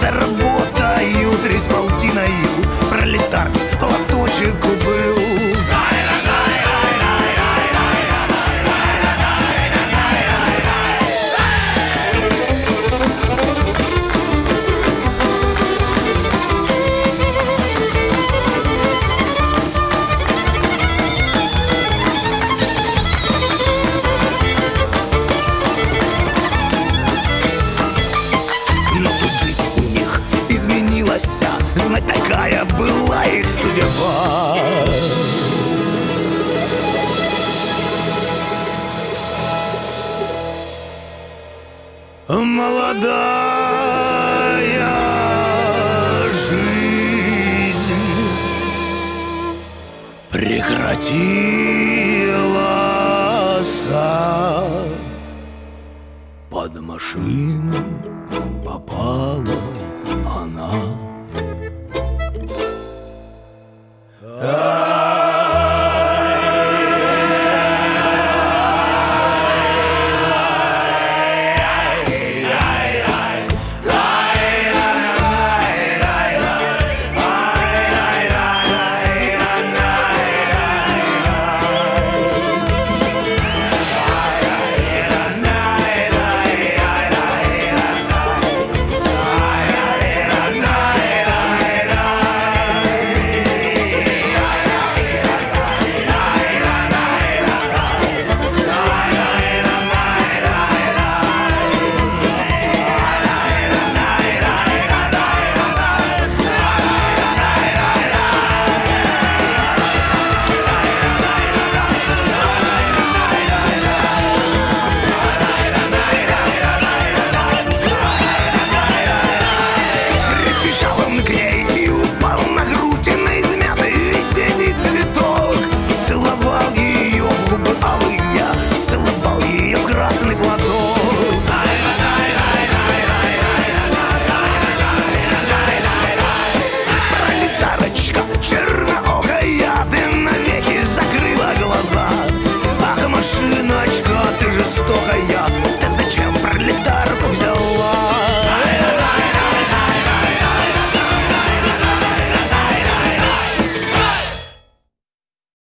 Заработаю три с полтиною Пролетар, платочек куплю Но тут жизнь у них изменилась а Знать такая была их судьба Молодая жизнь прекратилась а под машину попала она. а